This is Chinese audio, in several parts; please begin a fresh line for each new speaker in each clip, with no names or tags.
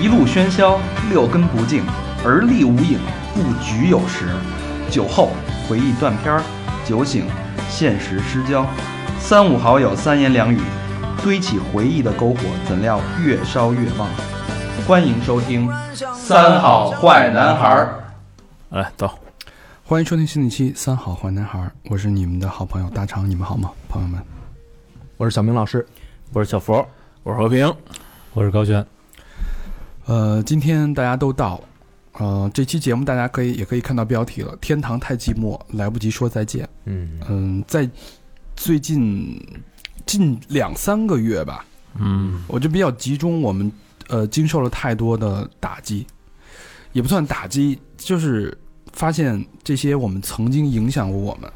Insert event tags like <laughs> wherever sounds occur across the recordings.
一路喧嚣，六根不净，而立无影，不局有时。酒后回忆断片儿，酒醒现实失焦。三五好友三言两语，堆起回忆的篝火，怎料越烧越旺。欢迎收听《三好坏男孩儿
来到
欢迎收听新的一期《三好坏男孩》，我是你们的好朋友大长，你们好吗，朋友们？
我是小明老师。
我是小佛，
我是和平，我是高轩，
呃，今天大家都到了，呃，这期节目大家可以也可以看到标题了，《天堂太寂寞，来不及说再见》。
嗯，
嗯，在最近近两三个月吧，
嗯，
我就比较集中，我们呃经受了太多的打击，也不算打击，就是发现这些我们曾经影响过我们，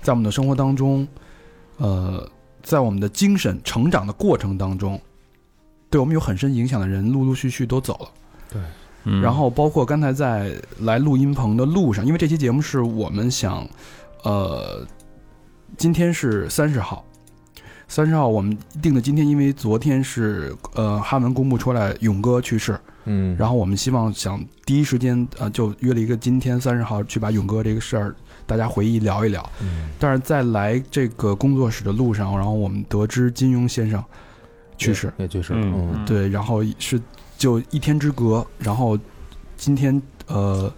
在我们的生活当中，呃，在我们的精神成长的过程当中，对我们有很深影响的人，陆陆续续都走了。
嗯
然后包括刚才在来录音棚的路上，因为这期节目是我们想，呃，今天是三十号，三十号我们定的今天，因为昨天是呃哈文公布出来勇哥去世，
嗯，
然后我们希望想第一时间呃就约了一个今天三十号去把勇哥这个事儿大家回忆聊一聊，
嗯
但是在来这个工作室的路上，然后我们得知金庸先生去世，
也就是，
嗯
嗯，
对，然后是就一天之隔，然后今天呃，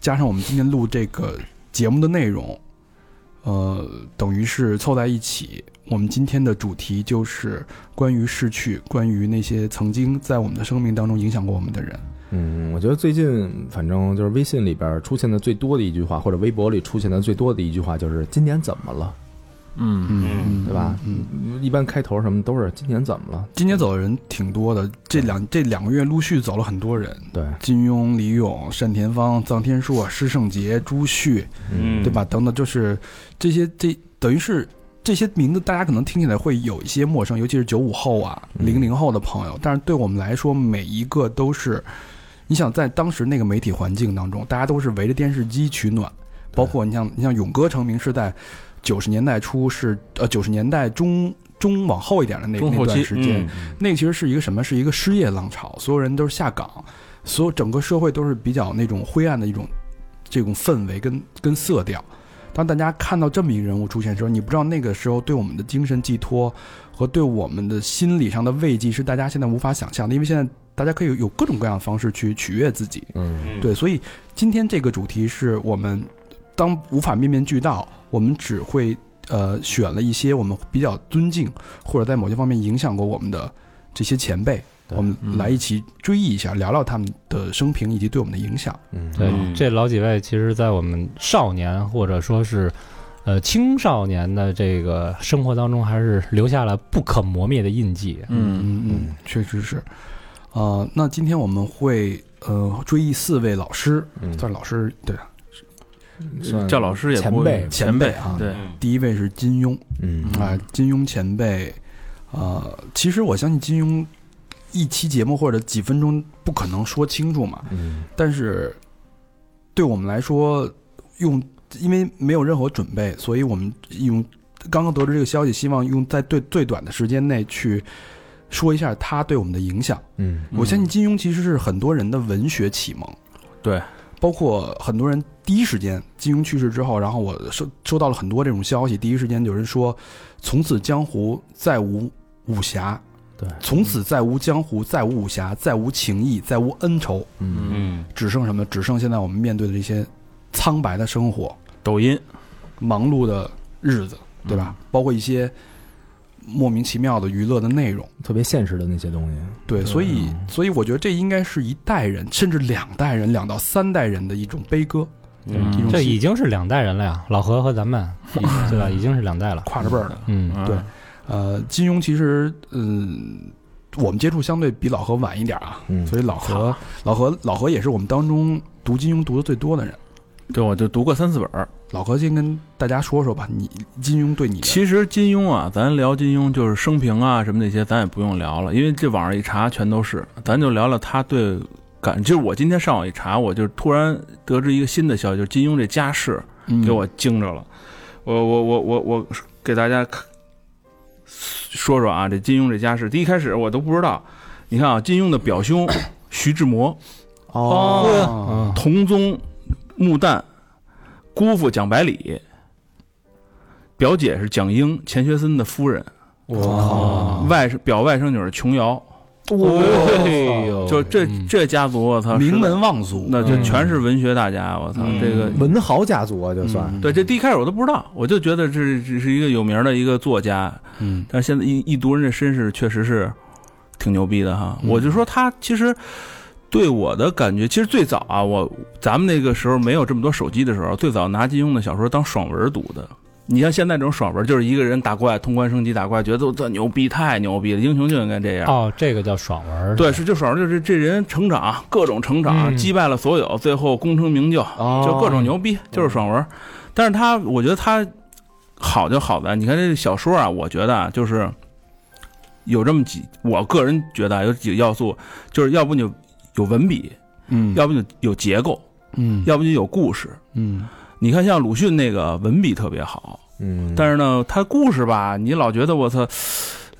加上我们今天录这个节目的内容，呃，等于是凑在一起。我们今天的主题就是关于逝去，关于那些曾经在我们的生命当中影响过我们的人。
嗯，我觉得最近反正就是微信里边出现的最多的一句话，或者微博里出现的最多的一句话，就是今年怎么了，
嗯
嗯
对吧？
嗯，
一般开头什么都是今年怎么了，
今年走的人挺多的，这两这两个月陆续走了很多人，
对，
金庸、李咏、单田芳、臧天朔、施圣杰、朱旭，
嗯
对吧？等等，就是这些这等于是这些名字，大家可能听起来会有一些陌生，尤其是九五后啊、
嗯
零零后的朋友。但是对我们来说，每一个都是，你想在当时那个媒体环境当中，大家都是围着电视机取暖，包括你像你像勇哥成名是在九十年代初是，呃九十年代中中往后一点的那
中后
那段
期
时间，
嗯
那个其实是一个什么？是一个失业浪潮，所有人都是下岗，所有整个社会都是比较那种灰暗的一种这种氛围跟跟色调。当大家看到这么一个人物出现的时候，你不知道那个时候对我们的精神寄托和对我们的心理上的慰藉是大家现在无法想象的，因为现在大家可以有各种各样的方式去取悦自己。
嗯
对，所以今天这个主题是我们当无法面面俱到，我们只会呃选了一些我们比较尊敬或者在某些方面影响过我们的这些前辈，
对
我们
嗯
来一起追忆一下，聊聊他们的生平以及对我们的影响。
嗯，
对
嗯
这老几位，其实，在我们少年或者说是呃青少年的这个生活当中，还是留下了不可磨灭的印记。
嗯，
嗯嗯，确实是。呃，那今天我们会呃追忆四位老师，
嗯
算是老师对啊，
算
叫老师也
前
不
辈，
前辈
啊
对，
第一位是金庸。
嗯
啊、金庸前辈，呃，其实我相信金庸一期节目或者几分钟不可能说清楚嘛，
嗯
但是对我们来说，用因为没有任何准备，所以我们用刚刚得知这个消息，希望用在最最短的时间内去说一下他对我们的影响。
嗯
我相信金庸其实是很多人的文学启蒙，
对，
包括很多人第一时间金庸去世之后，然后我收收到了很多这种消息，第一时间有人说，从此江湖再无武侠，
对，
从此再无江湖，再无武侠，再无情义，再无恩仇，
嗯
嗯
只剩什么？只剩现在我们面对的这些苍白的生活，
抖音
忙碌的日子，对吧？
嗯
包括一些莫名其妙的娱乐的内容。
特别现实的那些东西，
对，所以所以我觉得这应该是一代人，甚至两代人、两到三代人的一种悲歌，
嗯
一种
这
心
已经是两代人了呀，老何和咱们，对吧？已经是两代了。
跨着辈儿的。
嗯，
嗯
对呃，金庸其实，嗯，我们接触相对比老何晚一点啊，
嗯
所以老何老何老何也是我们当中读金庸读的最多的人。
对，我就读过三四本儿。
老何先跟大家说说吧，你金庸对你的
其实金庸啊，咱聊金庸就是生平啊什么那些，咱也不用聊了，因为这网上一查全都是。咱就聊聊他对感，就是我今天上网一查，我就突然得知一个新的消息，就是金庸这家世
嗯
给我惊着了。我我我我我给大家看说说啊，这金庸这家世，第一开始我都不知道。你看啊，金庸的表兄。 <coughs> 徐志摩、
哦，
嗯，
同宗、穆旦、姑父蒋百里，表姐是蒋英，钱学森的夫人，
哦
哇，
外甥表外甥女是琼瑶， <laughs>
哎呦
就这
嗯
这家族，我操，
名
是
门望族，
那就全是文学大家，我操，
嗯
这个
文豪家族啊，就算
嗯
对，这第一开始我都不知道，我就觉得这只是一个有名的一个作家，
嗯
但是现在一一读人家身世，确实是挺牛逼的哈。
嗯
我就说他其实对我的感觉，其实最早啊，我咱们那个时候没有这么多手机的时候，最早拿金庸的小说当爽文读的。你像现在这种爽文，就是一个人打怪通关升级打怪，觉得这牛逼太牛逼了，英雄就应该这样。
哦，这个叫爽文儿，
对，是就爽文，就是这人成长，各种成长，
嗯
击败了所有，最后功成名就，
哦
嗯就各种牛逼，就是爽文。但是他，我觉得他好就好在，你看这小说啊，我觉得啊，就是有这么几，我个人觉得啊有几个要素，就是要不你有有文笔，
嗯
要不就有结构，
嗯
要不就有故事。
嗯
你看，像鲁迅那个文笔特别好，
嗯，
但是呢，他故事吧，你老觉得我操，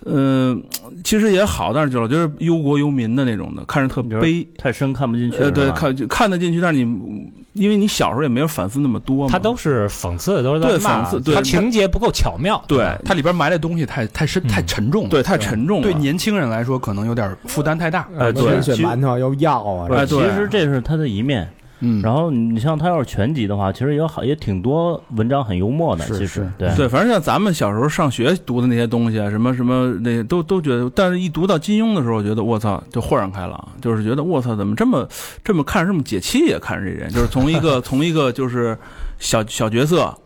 嗯、其实也好，但是就老觉得忧国忧民的那种的，看着特
你觉得
悲。
太深看不进去。
呃，对
是，吧
看就看得进去，但是你因为你小时候也没有反思那么多嘛，
他都是讽刺的，都是在
对
骂
讽刺对
他情节不够巧妙，
对
它里边埋的东西太太深
嗯
太沉重了，
对太沉重了，
对年轻人来说可能有点负担太大，
哎，
对
对，选
其实
馒头要药啊，
不
哎
是，
呃对
其实这是他的一面。
嗯
然后你像他要是全集的话，其实也好，也挺多文章很幽默的。
是
其实
是
对
对，反正像咱们小时候上学读的那些东西啊，什么什么那都都觉得，但是一读到金庸的时候，我觉得我操就豁然开朗，就是觉得我操怎么这么这么看着这么解气呀、看着这人，就是从一个从一个就是小小角色，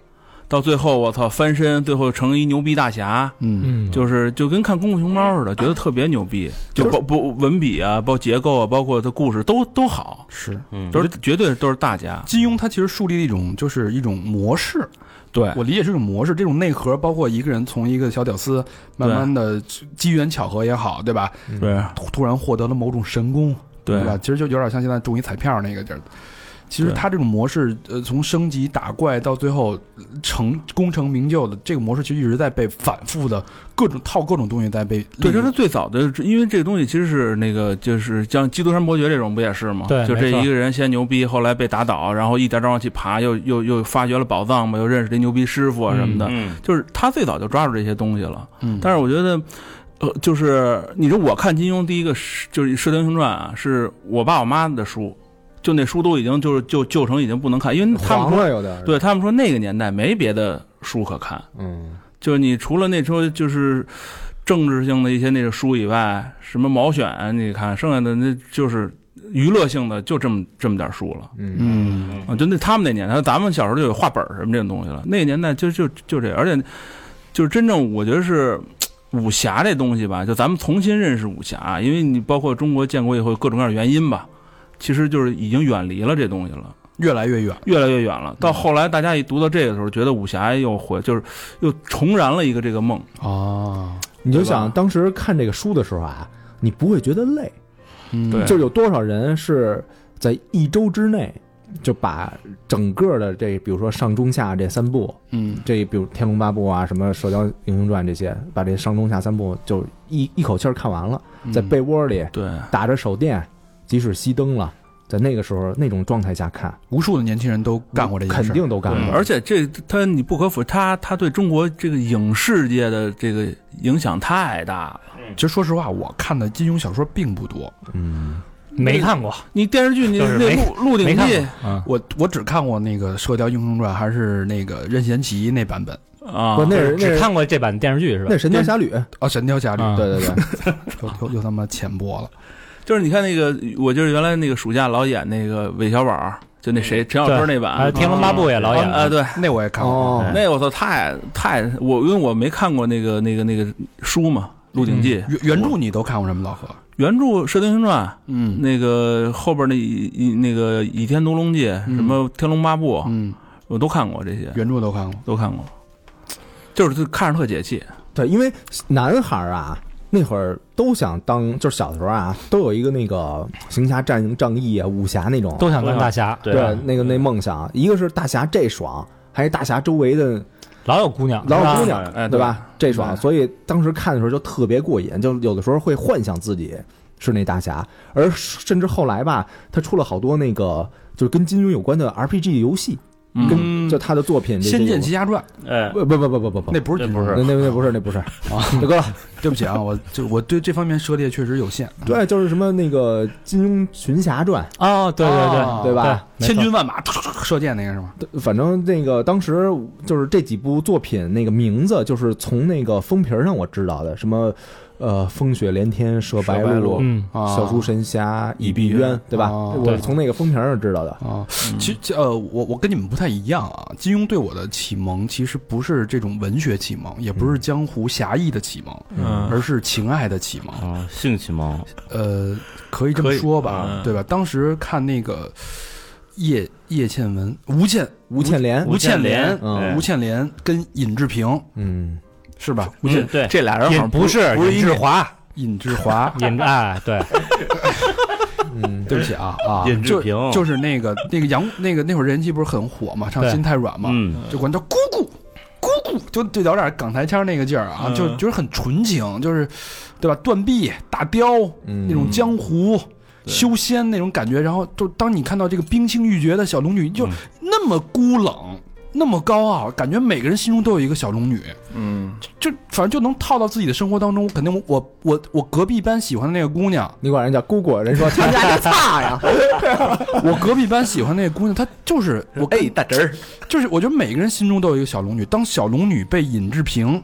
到最后我操翻身，最后成一牛逼大侠。
嗯
嗯，
就是就跟看《功夫熊猫》似的，觉得特别牛逼，就包不文笔啊，包括结构啊，包括他故事都都好，
是。
嗯，
都是绝对都是大家。
金庸他其实树立了一种就是一种模式，
对
我理解是一种模式，这种内核包括一个人从一个小屌丝，慢慢的机缘巧合也好，对吧？
对
突突然获得了某种神功，
嗯对
吧？其实就有点像现在中一彩票那个劲儿。其实
对
他这种模式，呃，从升级打怪到最后成功成名就的这个模式，其实一直在被反复的各种套各种东西在被利
对，就是
用
它最早的，因为这个东西其实是那个，就是像《基督山伯爵》这种不也是吗？
对
就这
没错
一个人先牛逼，后来被打倒，然后一点点往起爬，又又又发掘了宝藏嘛，又认识这牛逼师傅啊什么的，
嗯，
就是他最早就抓住这些东西了。
嗯，
但是我觉得，呃，就是你说我看金庸第一个是就是《射雕英雄传》啊，是我爸我妈的书，就那书都已经就是就旧成已经不能看，因为他们
黄
说
了有点儿，
对他们说那个年代没别的书可看。
嗯，
就是你除了那时候就是政治性的一些那个书以外，什么毛选，你看剩下的那就是娱乐性的，就这么这么点书了。
嗯
嗯，
啊，就那他们那年代，咱们小时候就有画本什么这种东西了。那个年代就就就这，而且就是真正我觉得是武侠这东西吧，就咱们重新认识武侠，因为你包括中国建国以后各种各样的原因吧，其实就是已经远离了这东西了。
越来越远。
越来越远了。到后来，大家一读到这个的时候，觉得武侠又回，就是又重燃了一个这个梦。
哦，
你就
对吧
想当时看这个书的时候啊，你不会觉得累，
嗯
对
就有多少人是在一周之内就把整个的这，比如说上中下这三部，
嗯
这比如《天龙八部》啊，什么《射雕英雄传》这些，把这上中下三部就一一口气儿看完了，在
嗯
被窝里
嗯对，
打着手电，即使熄灯了，在那个时候那种状态下看，
无数的年轻人都干过这件事，
肯定都干
对
过，
嗯而且这他你不可否认，他他对中国这个影视界的这个影响太大了。
其实说实话，我看的金庸小说并不多，
嗯，
没看过，
你电视剧你
就是
那
没
《鹿鹿鼎
没
记
看》嗯，
我我只看过那个《射雕英雄传》，还是那个任贤齐那版本
啊
不，，那是那
只
是
看过这版电视剧是吧
那？《神雕侠侣》，
哦，《神雕侠侣》
啊
对对对，
又又又他妈浅薄了，
就是你看那个，我就是原来那个暑假老演那个韦小宝，就那谁陈小春那
啊，《
版
天龙八部》也老演
啊，
了，
对。
那我也看
<laughs>
过。
哦，
那我操，太太我因为我没看过那个那个那个书嘛，《鹿鼎记》
原原著你都看过什么？老何，
原著《射雕英雄传》，
嗯
那个后边那一一那个《倚天屠龙记》，什么《天龙八部》，
嗯，
我都看过，这些
原著都看过。
都看过，就是就看着特解气。
对，因为男孩儿啊，那会儿都想当，就是小的时候啊，都有一个那个行侠仗仗义啊、武侠那种，
都想啊当大侠，
对
对那个那梦想，一个是大侠这爽，还是大侠周围的
老有姑娘，
老有姑
是吧
娘，
哎，
对？吧？这爽，所以当时看的时候就特别过瘾，就有的时候会幻想自己是那大侠，而甚至后来吧，他出了好多那个就是跟金庸有关的 RPG 游戏，
嗯，
嗯
就他的作品
《
这些
仙
有
剑奇哦侠传》
哎，
不不不不不不不，
那不是
那
金
不
庸
是
那那那不是那不是啊，大哥了，
对不起啊，我就我对这方面涉猎确实有限。
对，就是什么那个《金庸群侠传
哦，对对对，》，
对吧？
对？
千
没错
军万马突突突射箭那个是吗？
反正那个当时就是这几部作品那个名字，就是从那个封皮儿上我知道的，什么呃风雪连天射白
射白鹿
嗯，
啊，
小猪神侠倚
碧
碧
鸳
鸳，啊对吧？
哦
我是从那个封皮儿上知道的。
啊，其实呃，我我跟你们不太一样啊。金庸对我的启蒙其实不是这种文学启蒙，也不是江湖侠义的启蒙，
嗯
而是情爱的启蒙。
啊，性启蒙，
呃，可以这么
可以
说吧，
嗯
对吧？当时看那个叶叶倩文、吴倩、
吴倩莲，
吴倩莲、
嗯
对
吴倩莲跟尹志平
嗯，
是吧？
不是对，
这俩人好
也
像
不是
不是
尹
一
志
年
华，，
尹志华
<laughs> 尹哎，对，
嗯，
对不起啊啊，
<laughs> 尹志
就
平
就是那个那个杨那个那会儿人气不是很火嘛，唱《
对
心太软》嘛，
嗯，
就管他姑姑。姑姑就就有点港台腔那个劲儿啊，
嗯
就就是很纯情，就是，对吧？断臂、打雕
嗯
那种江湖修仙那种感觉，然后就当你看到这个冰清玉洁的小龙女，
嗯
就那么孤冷，那么高傲，感觉每个人心中都有一个小龙女，
嗯，
就反正就能套到自己的生活当中。肯定我我我我隔壁班喜欢的那个姑娘，
你管人叫姑姑，人说他们家这差呀，
我隔壁班喜欢那个姑娘，她就是我
哎，大侄儿
就是我觉得每个人心中都有一个小龙女。当小龙女被尹志平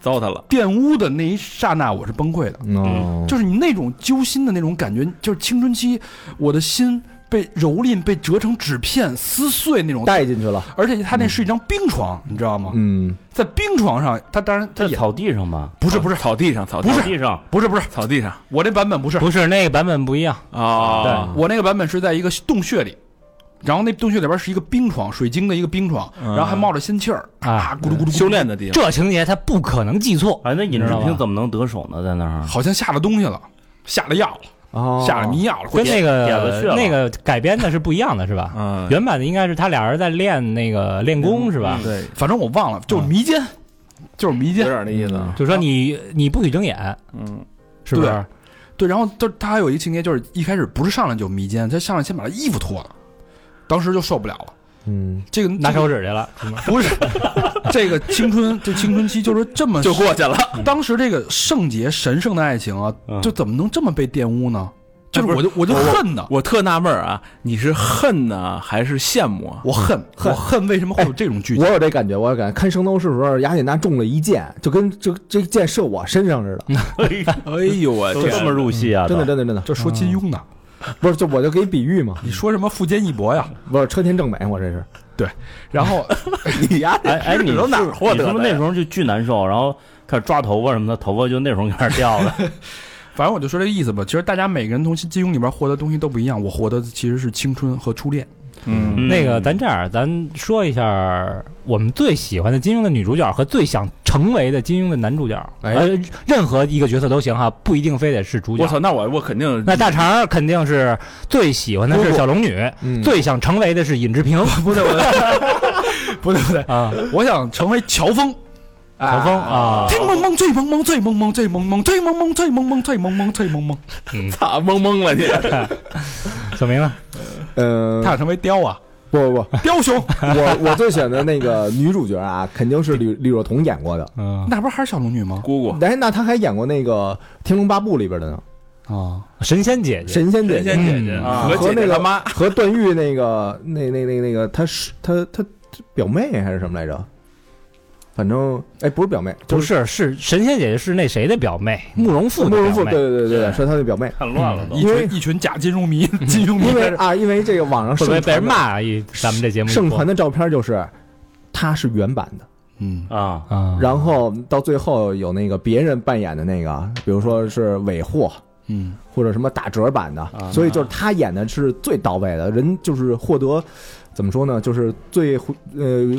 糟蹋了，
玷污的那一刹那，我是崩溃的。
哦
就是你那种揪心的那种感觉，就是青春期，我的心被蹂躏、被折成纸片、撕碎那种。
带进去了，
而且他那是一张冰床，你知道吗？
嗯，
在冰床上，他当然他
在
也
草地上吧，
不是不是
草地上，草地
草
上
地上，
不是不是，
草地上
我这版本不是，
不是那个版本不一样，
啊，
我那个版本是在一个洞穴里，然后那洞穴里边是一个冰床，水晶的一个冰床，
嗯
然后还冒着仙气儿
啊
啊，咕噜咕噜咕噜
修炼的地方，
这情节他不可能记错，
哎，那尹志
知道吧
平怎么能得手呢？在那儿，
好像下了东西了，下了药了，
哦，
下了迷药了，
跟那
点了
个
穴了
那个改编的是不一样的，是吧？
嗯，
原版的应该是他俩人在练那个练功，是吧？
对，
反正我忘了，就是迷奸，就是迷
有
奸。
点那意
嗯
思，
就说你你不许睁眼，
嗯，
是不
对
是？
对，然后就他还有一个情节，就是一开始不是上来就迷奸，他上来先把他衣服脱了，当时就受不了了。
嗯，
这个
拿
这个
手指去了，
不是这个青春，这青春期就是这么
就过去了，
当时这个圣洁神圣的爱情啊，
嗯
就怎么能这么被玷污呢？就是我就我就
我
恨呢，
我特纳闷儿啊，你是恨呢还是羡慕啊？
我恨我恨为什么会有这种剧情？
我有这感觉，我有感觉看《圣斗士》的时候，雅典娜中了一箭，就跟就这箭射我身上似的，
哎呦我
都这么入戏啊？
真的
都
真的真的，
这说嗯金庸呢，
不是就我就给比喻嘛，
你说什么富坚义博呀？
不是车田正美，我这是
然后
<laughs> 你呀，
哎
<laughs>
哎，你
这都哪儿获
你
得
是
的
不是那时候就巨难受，然后开始抓头发什么的， <laughs> 头发就那时候开始掉了。
反正我就说这个意思吧。其实大家每个人从金庸里边获得的东西都不一样，我获得的其实是青春和初恋。
嗯
那个，咱这样，咱说一下我们最喜欢的金庸的女主角和最想成为的金庸的男主角。
哎
呃，任何一个角色都行哈，不一定非得是主
我
角。
操，那我我肯定
那大肠肯定是最喜欢的是小龙女，
嗯
最想成为的是尹志 <laughs> 平
不对不对，不对不对，
啊，
我想成为乔峰。
乔峰啊，
天蒙蒙，醉蒙蒙，醉蒙蒙，醉蒙蒙，醉蒙蒙，醉蒙蒙，醉蒙蒙，醉蒙蒙。
操懵懵了你，
小明呢？
呃
他，想成为雕啊，
不不不，
雕 <laughs> 兄，
我我最选的那个女主角啊，肯定是李李若彤演过的。
嗯，
那不是还是小龙女吗？
姑姑
哎，那她还演过那个《天龙八部》里边的呢，
啊，
神仙姐姐，
神仙姐姐
仙姐姐
嗯
啊
和
姐
那
姐
个
他妈，
<laughs> 和段誉那个那那那那个她是她她表妹还是什么来着？反正哎，不是表妹，
不
就是
是神仙姐姐是那谁的表妹，慕容复的
慕容
表
复，对
妹。
对对对，是她的表
<laughs>
妹。
看乱了都
一
因为
群一群假金融迷， <laughs> 金融迷
因为啊，因为这个网上
会
盛
不会
传
被人
的
骂啊？一咱们这节目一
盛
播
传的照片就是，她是原版的，
嗯，
啊，
啊，
然后到最后有那个别人扮演的那个，比如说是尾货
嗯，
或者什么打折版的，所以就是她演的是最到位的，人就是获得怎么说呢，就是最回呃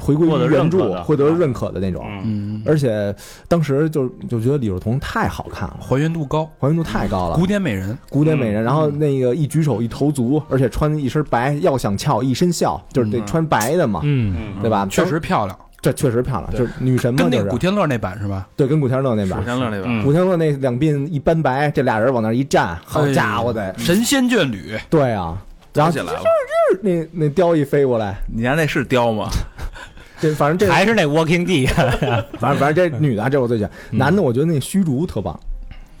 回归
获得
于原
认可
著，
的
获得认可的那种。
嗯，
嗯，
而且当时就就觉得李若彤太好看了，
还原度高，
还原度太高了
古，典美人，
古典美人。然后那个一举手一投足，而且穿一身白，要想翘一身笑，就是得
嗯
穿白的嘛，
嗯，
对吧？
确实漂亮。
这确实漂亮，
对
就是女神嘛，
跟那
就
个古
是
天乐那版是吧？
对，跟古天乐那
古
版，
天乐那版，
嗯
古天乐那两鬓一斑白，这俩人往那儿一站，好家伙的，
嗯神仙眷侣，
对啊，然后
起来了，
那那雕一飞过来，
你家那是雕吗？
这反正这
还是那 Walking D，
反正反正这女的啊这我最喜欢，
嗯
男的我觉得那虚竹特棒，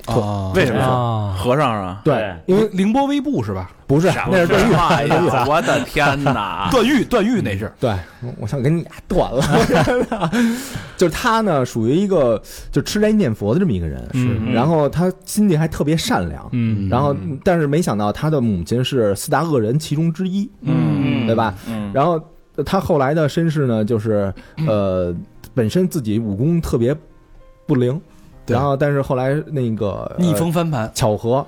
哦
为什么
啊，
和
<laughs>
尚啊？
对
对，
因为
凌波微步是吧？
不是那是段誉，
啊
哎呀，我的天哪！
段誉，段誉那是
对，我想给你俩断
<laughs>
了，就是他呢属于一个就吃斋念佛的这么一个人，
嗯
然后他心地还特别善良，
嗯，
然后但是没想到他的母亲是四大恶人其中之一，
嗯
对吧？
嗯，
然后呃他后来的身世呢，就是呃，本身自己武功特别不灵，
对
然后但是后来那个呃
逆风翻盘，
巧合，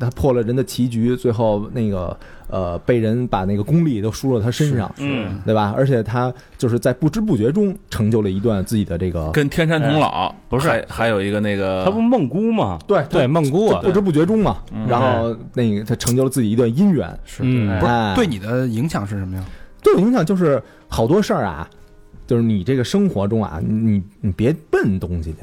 他破了人的棋局，最后那个呃被人把那个功力都输到他身上，
嗯，
对吧？而且他就是在不知不觉中成就了一段自己的这个。
跟天山童姥
不是
还还有一个那个
他不梦姑吗？
对
对，梦姑啊
不，知不觉中嘛
嗯，
然后那个他成就了自己一段姻缘，
是
嗯
不
哎
是对你的影响是什么呀？
对我影响就是好多事儿啊，就是你这个生活中啊，你你别奔东西去，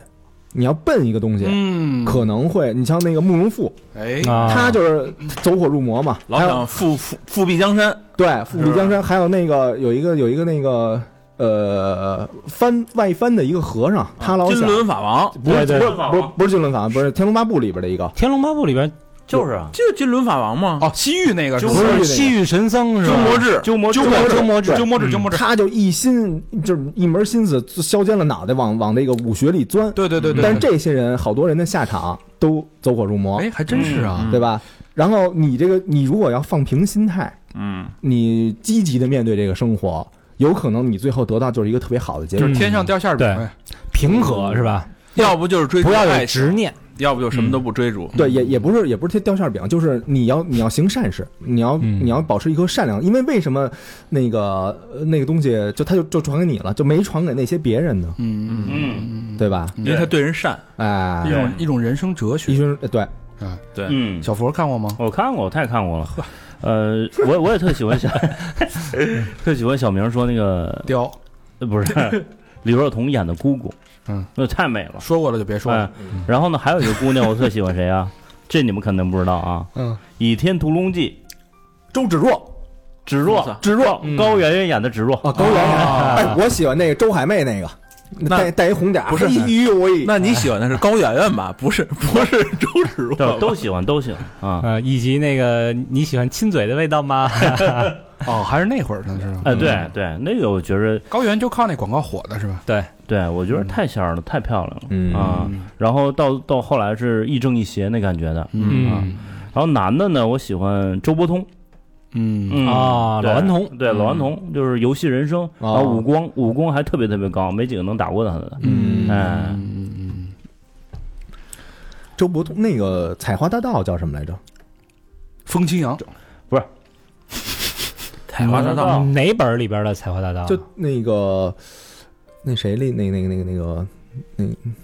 你要奔一个东西，
嗯
可能会你像那个慕容复，
哎，
啊
他就是走火入魔嘛，
老
还有
想复复复辟江山，
对富比江山，还有那个有一个有一个那个呃翻外翻的一个和尚，他老
金
想。
轮法王，
不是不是
对对
不是不是金轮法，不是《天龙八部》里边的一个
《天龙八部》里边
就是啊，
就是金轮法王吗？
哦，西域那个是吧
不是这个
西域神僧是
鸠
吧？
摩智，
鸠摩
鸠
摩
摩
智
智，
鸠摩智
鸠摩智，
嗯
鸠摩智，
他就一心就是一门心思削尖了脑袋往往那个武学里钻，
对对对对。
但是这些人好多人的下场都走火入魔，
哎，还真是啊，
对吧？然后你这个你如果要放平心态，
嗯，
你积极的面对这个生活，有可能你最后得到就是一个特别好的结
就
果。
是天上掉馅儿饼
对
呗。
平和是吧？
嗯要不就是追逐
不要有
爱
执
情，
念，
要不就什么都不追逐。
对，也也不是也不是掉馅儿饼，就是你要你要行善事，你要、
嗯
你要保持一颗善良，因为为什么那个呃那个东西就它就就传给你了，就没传给那些别人呢，
嗯
嗯
对吧？
因为他对人善，
一
哎，
种一种人生哲
一
学。
群呃对，
对，
嗯，
小佛看过吗？
我看过，我太看过了。呃，我我也特喜欢小，特喜欢小明说那个
雕
呃不是李若彤演的姑姑，
嗯，
那太美了。
说过了就别说了。
嗯，然后呢，还有一个姑娘，我特喜欢谁啊？ <laughs> 这你们肯定不知道啊，
嗯，
《倚天屠龙记
周芷若》
芷若，
芷若
嗯
高圆圆演的芷若，
啊，高圆圆，哎，我喜欢那个周海媚那个，带 <laughs> 带一红点儿，
不是
哎呦喂，
那你喜欢的是高圆圆吧？不是，不是周芷若吧
对，都喜欢，都喜欢啊。
呃，以及那个你喜欢亲嘴的味道吗？ <laughs>
哦，还是那会儿呢，是吧？
哎，对对，那个我觉着，
高原就靠那广告火的是吧？
对我觉得太仙儿了，太漂亮了，
嗯
啊。然后到到后来是亦正亦邪那感觉的，
嗯
然后男的呢，我喜欢周伯通，
嗯
嗯
啊
对
老顽童啊
对老顽童就是游戏人生，然后
哦
武功武功还特别特别高，没几个能打过他的，
嗯
哎，
嗯
周伯通那个采花大盗叫什么来着？
风清扬 <laughs>
采花大盗，
哪啊本儿里边的采花大盗？
啊就那个那谁里那那个那个那个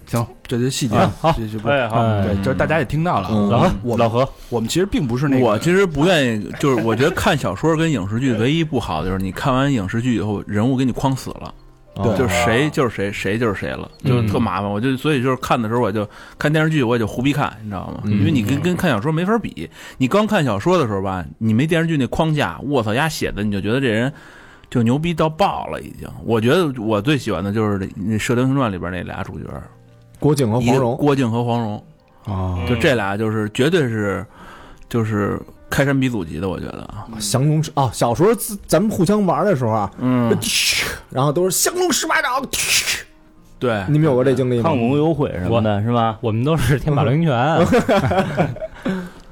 行，这些细节
啊好
这就不
哎好，
对，就是大家也听到了啊。
嗯
老何
我
老何，
我们其实并不是那个，
我其实不愿意，就是我觉得看小说跟影视剧唯一不好的就是你看完影视剧以后，人物给你框死了，
对嗯
就是谁就是谁，谁就是谁了，就是特麻烦。我就所以就是看的时候，我就看电视剧，我也就胡逼看，你知道吗？
嗯
因为你跟跟看小说没法比。你刚看小说的时候吧，你没电视剧那框架，我操丫写的，你就觉得这人。就牛逼到爆了，已经。我觉得我最喜欢的就是那那《射雕英雄传》里边那俩主角，
郭靖和
一
黄
个
蓉，
郭靖和黄蓉，
啊，
就这俩就是绝对是，就是开山鼻祖级的，我觉得啊，
降龙十啊，小时候自咱们互相玩的时候啊，
嗯，
<laughs> 然后都是降龙十八掌， <laughs>
对，
你们有过这经历吗
抗？龙有悔什么的，是吧？
我们都是天马流星拳，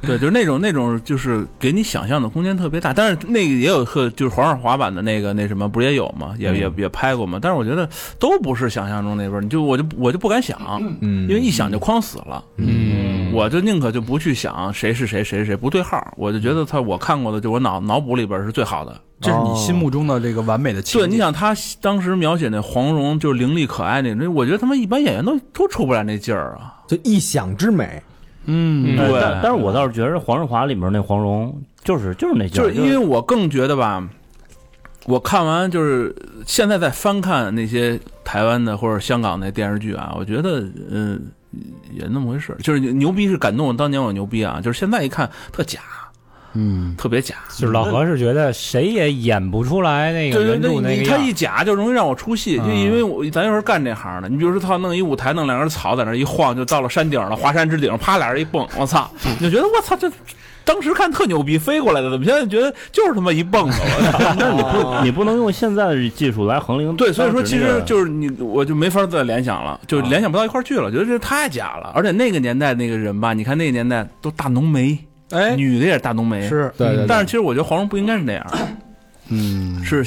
<laughs> 对，就是那种那种，就是给你想象的空间特别大。但是那个也有特，就是皇上滑板的那个那什么，不是也有吗？也也也拍过吗？但是我觉得都不是想象中那边儿，你就我就我就不敢想，
嗯，
因为一想就框死了。
嗯
我就宁可就不去想谁是谁谁是谁不对号儿，我就觉得他我看过的就我脑脑补里边儿是最好的。
这是你心目中的这个完美的情
对，
景。
你想他当时描写那黄蓉就是伶俐可爱那种，我觉得他们一般演员都都出不来那劲儿啊。
就一想之美，
嗯，
<laughs> 哎
对
但但是我倒是觉得黄日华里面那黄蓉就是就是那劲
就
儿，
是因为我更觉得吧，我看完就是现在再翻看那些台湾的或者香港那电视剧啊，我觉得嗯、也那么回事儿，就是牛逼是感动，当年我牛逼啊，就是现在一看特假，
嗯，
特别假。
就是老何是觉得著谁也演不出来那个
对对，
原著那个
那你
样
他
儿
一假就容易让我出戏，就
嗯
因为我咱要是干这行的，你比如说他弄一舞台，弄两根草在那一晃，就到了山顶了，华山之顶，啪俩人一蹦，我操，你就觉得我操这。当时看特牛逼，飞过来的，怎么现在觉得就是他妈一蹦啊子？我操！
但是你不你不能用现在的技术来衡量。
对，所以说其
当时那
实
个
就是你，我就没法再联想了，就
啊
联想不到一块儿去了，觉得这太假了。而且那个年代那个人吧，你看那个年代都大浓眉，
哎，
女的也是大浓眉，
是，
对对，
但是其实我觉得黄蓉不应该是那样，
嗯
是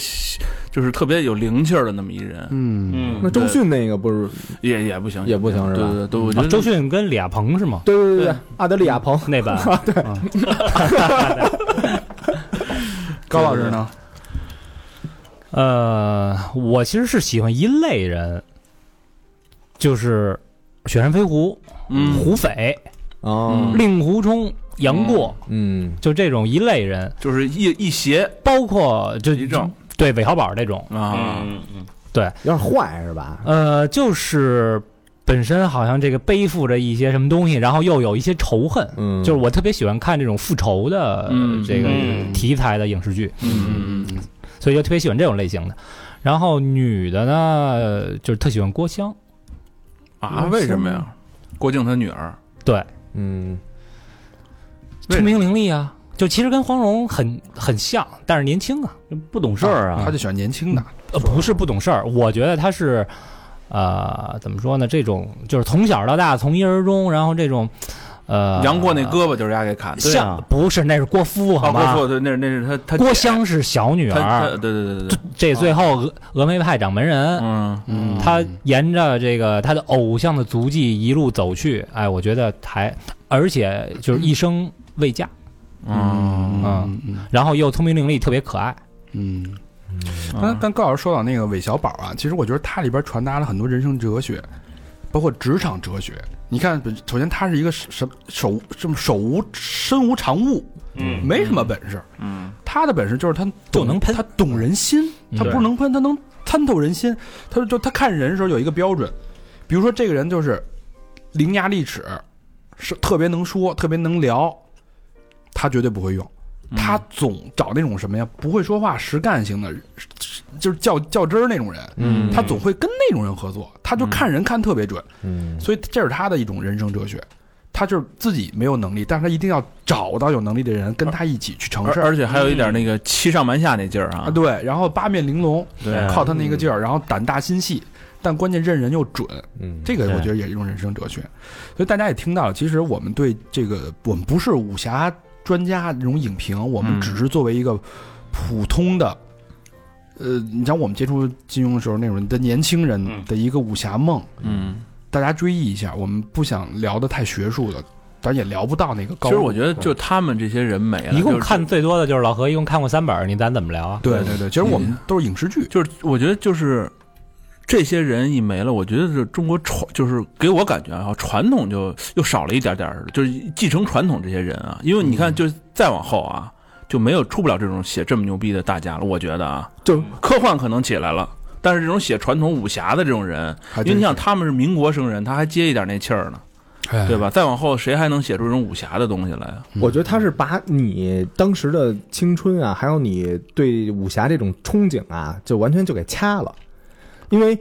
就是特别有灵气儿的那么一人。
嗯，
嗯
那周迅那个不是
也也不行，
也不行是
对
吧？
对对，我觉
啊
得
周迅跟李亚鹏是吗？
对对对对，阿德里亚鹏，
那版
<laughs>
高老师呢？
呃，我其实是喜欢一类人，就是雪山飞狐、
嗯，
胡斐、
哦，
令狐冲、杨过，
嗯，
就这种一类人，
就是一一邪
包括就
一正
对韦小宝这种，
啊，
嗯嗯
有点坏是吧？
呃，就是本身好像这个背负着一些什么东西，然后又有一些仇恨，
嗯，
就是我特别喜欢看这种复仇的、
嗯
这个
嗯
题材的影视剧，
嗯嗯
所以就特别喜欢这种类型的。然后女的呢，就是特喜欢郭襄，
啊，为什么呀？郭靖他女儿，
对，
嗯
为什
聪明
么
伶俐啊，就其实跟黄蓉很很像，但是年轻啊，
嗯，不懂事儿
他
啊，
就喜欢年轻的，
呃，不是不懂事儿，我觉得她是，呃，怎么说呢？这种就是从小到大，从一而终，然后这种，呃，
杨过那胳膊就是丫给砍的，
对
像、
啊
不是那是郭芙好
啊，
吗？
郭靖对，那是那是他他
郭襄是小女
他他
儿，
对对对对对，
这最后峨峨眉派掌门人，
嗯，
嗯
他沿着这个他的偶像的足迹一路走去，哎，我觉得还而且就是一生未嫁，
嗯
嗯嗯
然后又聪明伶俐，特别可爱。
嗯。刚才刚高老师说到那个韦小宝啊，其实我觉得他里边传达了很多人生哲学，包括职场哲学。你看，本首先他是一个什什手这么手无身无长物，
嗯
没什么本事。
嗯，
他的本事就是他懂
就能喷
他懂人心，
嗯
他不是能喷，他能参透人心。他就他看人的时候有一个标准，比如说这个人就是伶牙俐齿，是特别能说，特别能聊，他绝对不会用。他总找那种什么呀，不会说话、实干型的，就是较较真儿那种人。
嗯
他总会跟那种人合作，他就看人看特别准，
嗯
所以这是他的一种人生哲学。他就是自己没有能力，但是他一定要找到有能力的人跟他一起去成事
嗯而
儿
而且还有一点那个欺上瞒下那劲儿
啊。
啊，
对，然后八面玲珑，
对
靠他那个劲儿，然后胆大心细，但关键认人又准，
嗯，
这个我
对
觉得也是一种人生哲学。所以大家也听到了，其实我们对这个我们不是武侠专家这种影评，我们
嗯
只是作为一个普通的，
嗯
呃，你像我们接触金庸的时候那种的年轻人
嗯
的一个武侠梦，
嗯，
大家追忆一下，我们不想聊的太学术的，咱也聊不到那个高
其
度。
实我觉得就他们这些人没了，
一共
哎就是
看最多的就是老何，一共看过三本儿，你咱怎么聊啊？
对对对，其实我们
嗯
都是影视剧，
就是我觉得就是这些人一没了，我觉得是中国传，就是给我感觉啊，传统就又少了一点点儿，就是继承传统这些人啊，因为你看，就再往后啊，就没有出不了这种写这么牛逼的大家了。我觉得啊，
就
科幻可能起来了，但是这种写传统武侠的这种人，
还
因为
真
你
是哎
想他们是民国生人，他还接一点那气儿呢，对？吧？再往后谁还能写出这种武侠的东西来啊？
我觉得他是把你当时的青春啊，还有你对武侠这种憧憬啊，就完全就给掐了。因为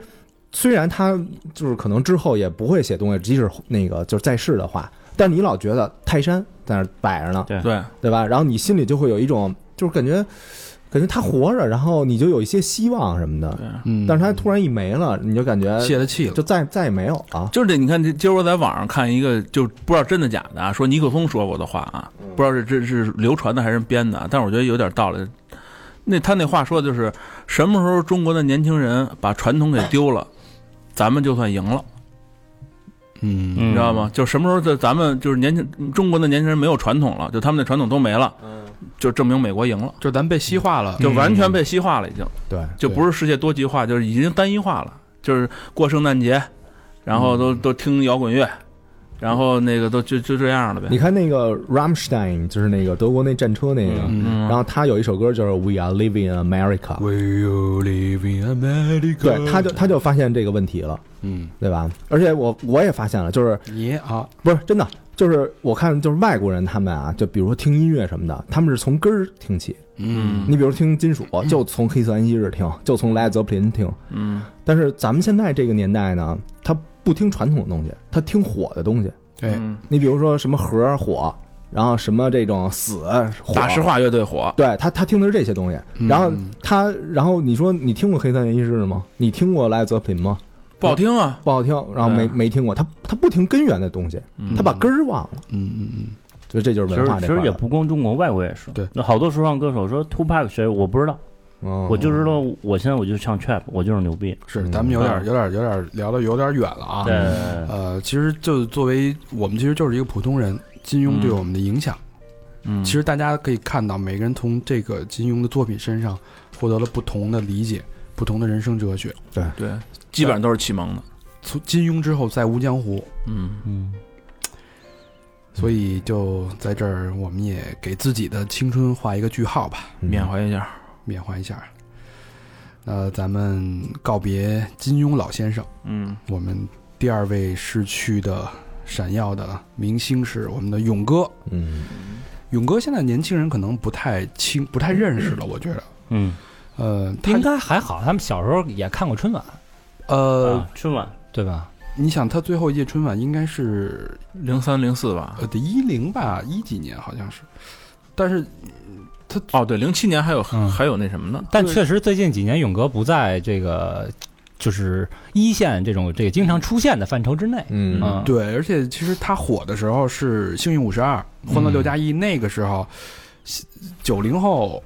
虽然他就是可能之后也不会写东西，即使那个就是在世的话，但你老觉得泰山在那儿摆着呢，
哎
对
对，
对吧？然后你心里就会有一种就是感觉，感觉他活着，然后你就有一些希望什么的。
对。
嗯，
但是他突然一没了，你就感觉
泄了气了，
就再再也没有了。
就是这，你看，这今儿我在网上看一个，就不知道真的假的啊，说尼克松说过的话啊，
嗯
不知道是这是流传的还是编的啊，但是我觉得有点道理。那他那话说的就是，什么时候中国的年轻人把传统给丢了，咱们就算赢了，
嗯
你
你
知道？吗？就什么时候这咱们就是年轻中国的年轻人没有传统了，就他们的传统都没了，就证明美国赢了，
就咱被西化了，
就完全被西化了，已经
对，
就不是世界多极化，就是已经单一化了，就是过圣诞节，然后都都听摇滚乐，然后那个都就就这样了呗
你。看那个 Ramstein，就是那个德国那战车那个，
嗯
然后他有一首歌就是 We Are Living in America，
Will you live in America？
对，他就他就发现这个问题了，
嗯，
对吧？而且我我也发现了，就是
嗯
也啊，
不是真的，就是我看就是外国人他们啊，就比如说听音乐什么的，他们是从根儿听起。
嗯
你比如听金属，就从黑色安息日听，就从莱泽普林听。
嗯，
但是咱们现在这个年代呢，他不听传统的东西，他听火的东西。
对，
嗯
你比如说什么核火，然后什么这种死火，
大实话乐队火，
对他，他听的是这些东西。然后他，然后你说你听过黑色安息日吗？你听过莱泽普林吗？
不好听啊。
不好听，然后没
对
没听过。他他不听根源的东西，他把根儿忘了。
嗯嗯嗯，
就这就是
其
文
实
化这
其
块
实
儿
也
了。
不光中国，外国也是。
对，
那好多说唱歌手说 t w o Pack 谁，我不知道，
嗯
我就知道我现在我就唱 trap，我就是牛逼。
是，
嗯
咱们有点
嗯
有点有点聊的有点远了啊。
对，
呃，其实就作为我们其实就是一个普通人，金庸对我们的影响，
嗯，
其实大家可以看到，每个人从这个金庸的作品身上获得了不同的理解，不同的人生哲学。
对，基本上都是启蒙的。
从金庸之后，再无江湖，
嗯，
嗯，
所以就在这儿，我们也给自己的青春画一个句号吧，
缅怀一下。
缅怀一下。那咱们告别金庸老先生，
嗯，
我们第二位逝去的闪耀的明星是我们的勇哥。
嗯，
勇哥现在年轻人可能不太清、不太认识了，我觉得。
嗯，
呃，他
应该还好，他们小时候也看过春晚，
呃，
啊，春晚
对吧？
你想他最后一届春晚应该是
零三零四吧。
呃得一零吧，一几年好像是，但是
哦，对，零七年还有
嗯
还有那什么呢？
但
对
确实最近几年，勇哥不在这个就是一线这种这个经常出现的范畴之内。
嗯
嗯，
对，而且其实他火的时候是《幸运五十二》《欢乐六加一》，那个时候九零后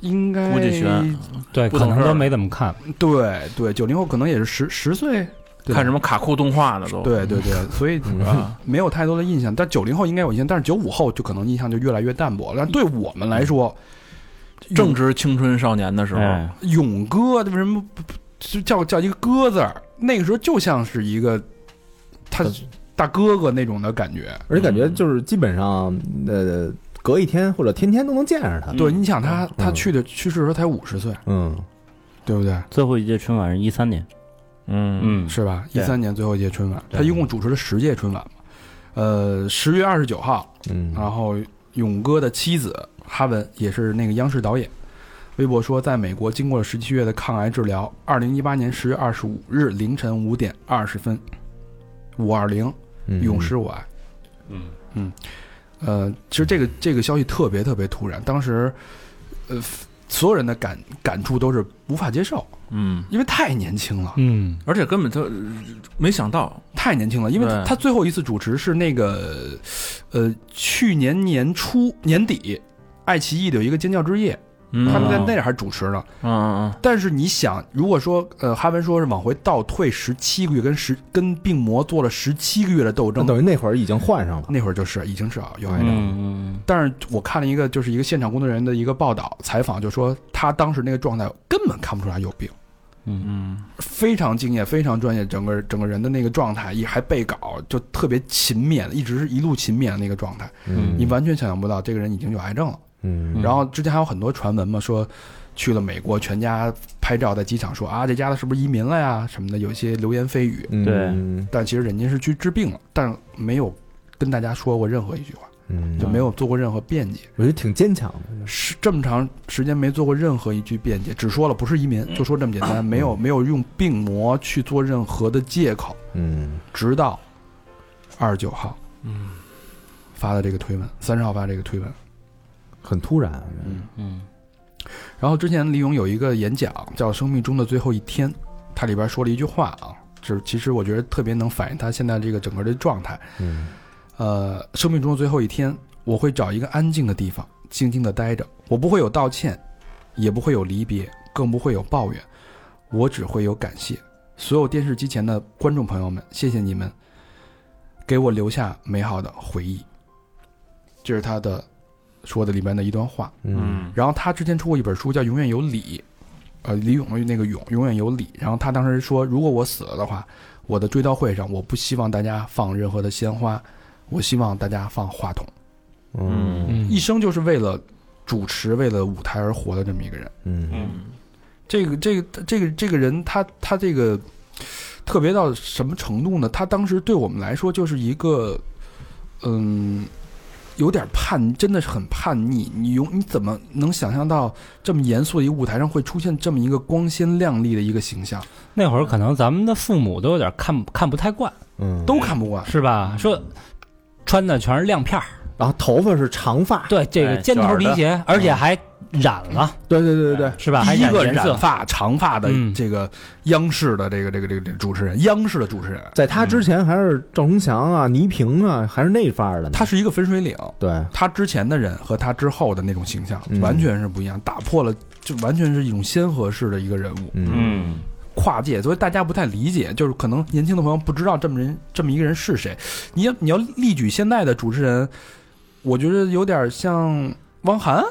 应该
估计悬
对，
不
可
懂
能
事儿
都没怎么看。
对对，九零后可能也是十十岁，对
看什么卡酷动画呢都。
对对对，所以
嗯
啊，
没有太多的印象。但九零后应该有印象，但是九五后就可能印象就越来越淡薄了。但对我们来说，
嗯
嗯
正值青春少年的时候，
哎，
勇哥为什么不不就叫叫一个哥字儿？那个时候就像是一个他大哥哥那种的感觉。
而且感觉就是基本上呃，隔一天或者天天都能见着他。
对，你想他他
嗯
去的去世的时候才五十岁，
嗯，
对不对？
最后一届春晚是一三年，
嗯
嗯，
是吧？一
对
三年最后一届春晚，
对
他一共主持了十届春晚嘛。呃，十月二十九号，
嗯，
然后勇哥的妻子哈文也是那个央视导演，微博说，在美国经过了十七月的抗癌治疗，二零一八年十月二十五日凌晨五点二十分，五二零
嗯
永失我爱。
嗯
嗯，呃，其实这个这个消息特别特别突然，当时呃所有人的感感触都是无法接受，
嗯，
因为太年轻了。
嗯，
而且根本就没想到，
太年轻了，因为他
对
他最后一次主持是那个，呃，去年年初年底，爱奇艺的有一个尖叫之夜，
嗯
他们在那儿还主持呢。
嗯嗯
但是你想，如果说呃，哈文说是往回倒退十七个月，跟十跟病魔做了十七个月的斗
那
争，
等于那会儿已经换上了。
那会儿就是已经是啊有癌症。
嗯
但是我看了一个就是一个现场工作人员的一个报道采访，就说他当时那个状态根本看不出来有病。
嗯
嗯
非常敬业，非常专业，整个整个人的那个状态，也还背稿，就特别勤勉，一直是一路勤勉的那个状态，
嗯
你完全想象不到这个人已经有癌症了。
嗯，
然后之前还有很多传闻嘛，说去了美国，全家拍照在机场说啊，这家子是不是移民了呀什么的，有一些流言蜚语。
嗯
对
嗯
但其实人家是去治病了，但没有跟大家说过任何一句话，
嗯，
就没有做过任何辩解，
我觉得挺坚强的。
是这么长时间没做过任何一句辩解，只说了不是移民，就说这么简单，没有没有用病魔去做任何的借口。
嗯
直到二十九号
嗯，
发的这个推文，三十号发这个推文。
很突然，
嗯
然后之前李勇有一个演讲叫《生命中的最后一天》，他里边说了一句话啊，就是其实我觉得特别能反映他现在这个整个的状态。
嗯
呃，生命中的最后一天，我会找一个安静的地方，静静的待着，我不会有道歉，也不会有离别，更不会有抱怨，我只会有感谢。所有电视机前的观众朋友们，谢谢你们，给我留下美好的回忆。这是他的说的里面的一段话。
嗯
然后他之前出过一本书叫《永远有理》，呃，李勇的那个勇，永远有理。然后他当时说，如果我死了的话，我的追悼会上，我不希望大家放任何的鲜花，我希望大家放话筒。
嗯
一生就是为了主持、为了舞台而活的这么一个人。
嗯
嗯，
这个这个这个这个人，他他这个特别到什么程度呢？他当时对我们来说就是一个，嗯，有点叛，真的是很叛逆。你永你怎么能想象到这么严肃的一个舞台上会出现这么一个光鲜亮丽的一个形象？
那会儿可能咱们的父母都有点看看不太惯，
嗯，
都看不惯。
是吧？说穿的全是亮片儿，
然后头发是长发，
对，这个
哎
尖头
卷儿
皮
的
鞋，而且还染 <laughs> 了，
对对对对对，
是吧？还
第一
染
个
颜
染
色，
发长发的
嗯
这个央视的这个这个这个这个主持人，央视的主持人，
在他之前还是赵忠祥啊、倪萍啊，还是那范儿的呢。
他是一个分水岭。
对，
他之前的人和他之后的那种形象
嗯
完全是不一样，打破了就完全是一种先河式的一个人物，
嗯
嗯，
跨界，所以大家不太理解，就是可能年轻的朋友不知道这么人这么一个人是谁。你要你要例举现在的主持人，我觉得有点像汪涵，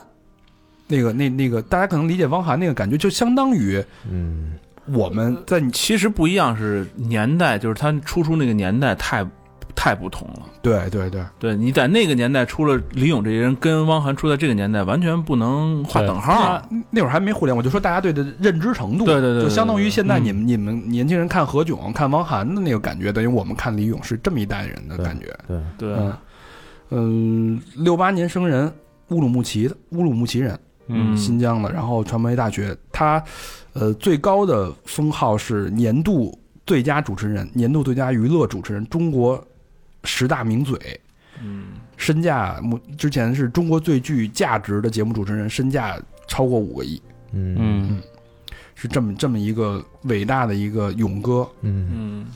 那个那那个大家可能理解汪涵那个感觉，就相当于
嗯
我们在你
其实不一样是年代，就是他出出那个年代太太不同了。
对对对，
对你在那个年代出了李咏这些人，跟汪涵出在这个年代完全不能画等号
啊。，那会儿还没互联网，就说大家对的认知程度，
对对对对嗯
就相当于现在你们、你们年轻人看何炅、看王涵的那个感觉，等于我们看李咏是这么一代人的感觉。
对，
对，
嗯，嗯，六八年生人，乌鲁木齐的乌鲁木齐人，
嗯
新疆的，然后传媒大学，他呃最高的封号是年度最佳主持人、年度最佳娱乐主持人、中国十大名嘴。
嗯，
身价，目之前是中国最具价值的节目主持人，身价超过五个亿，
嗯
嗯，
是这么这么一个伟大的一个勇哥。
嗯
嗯，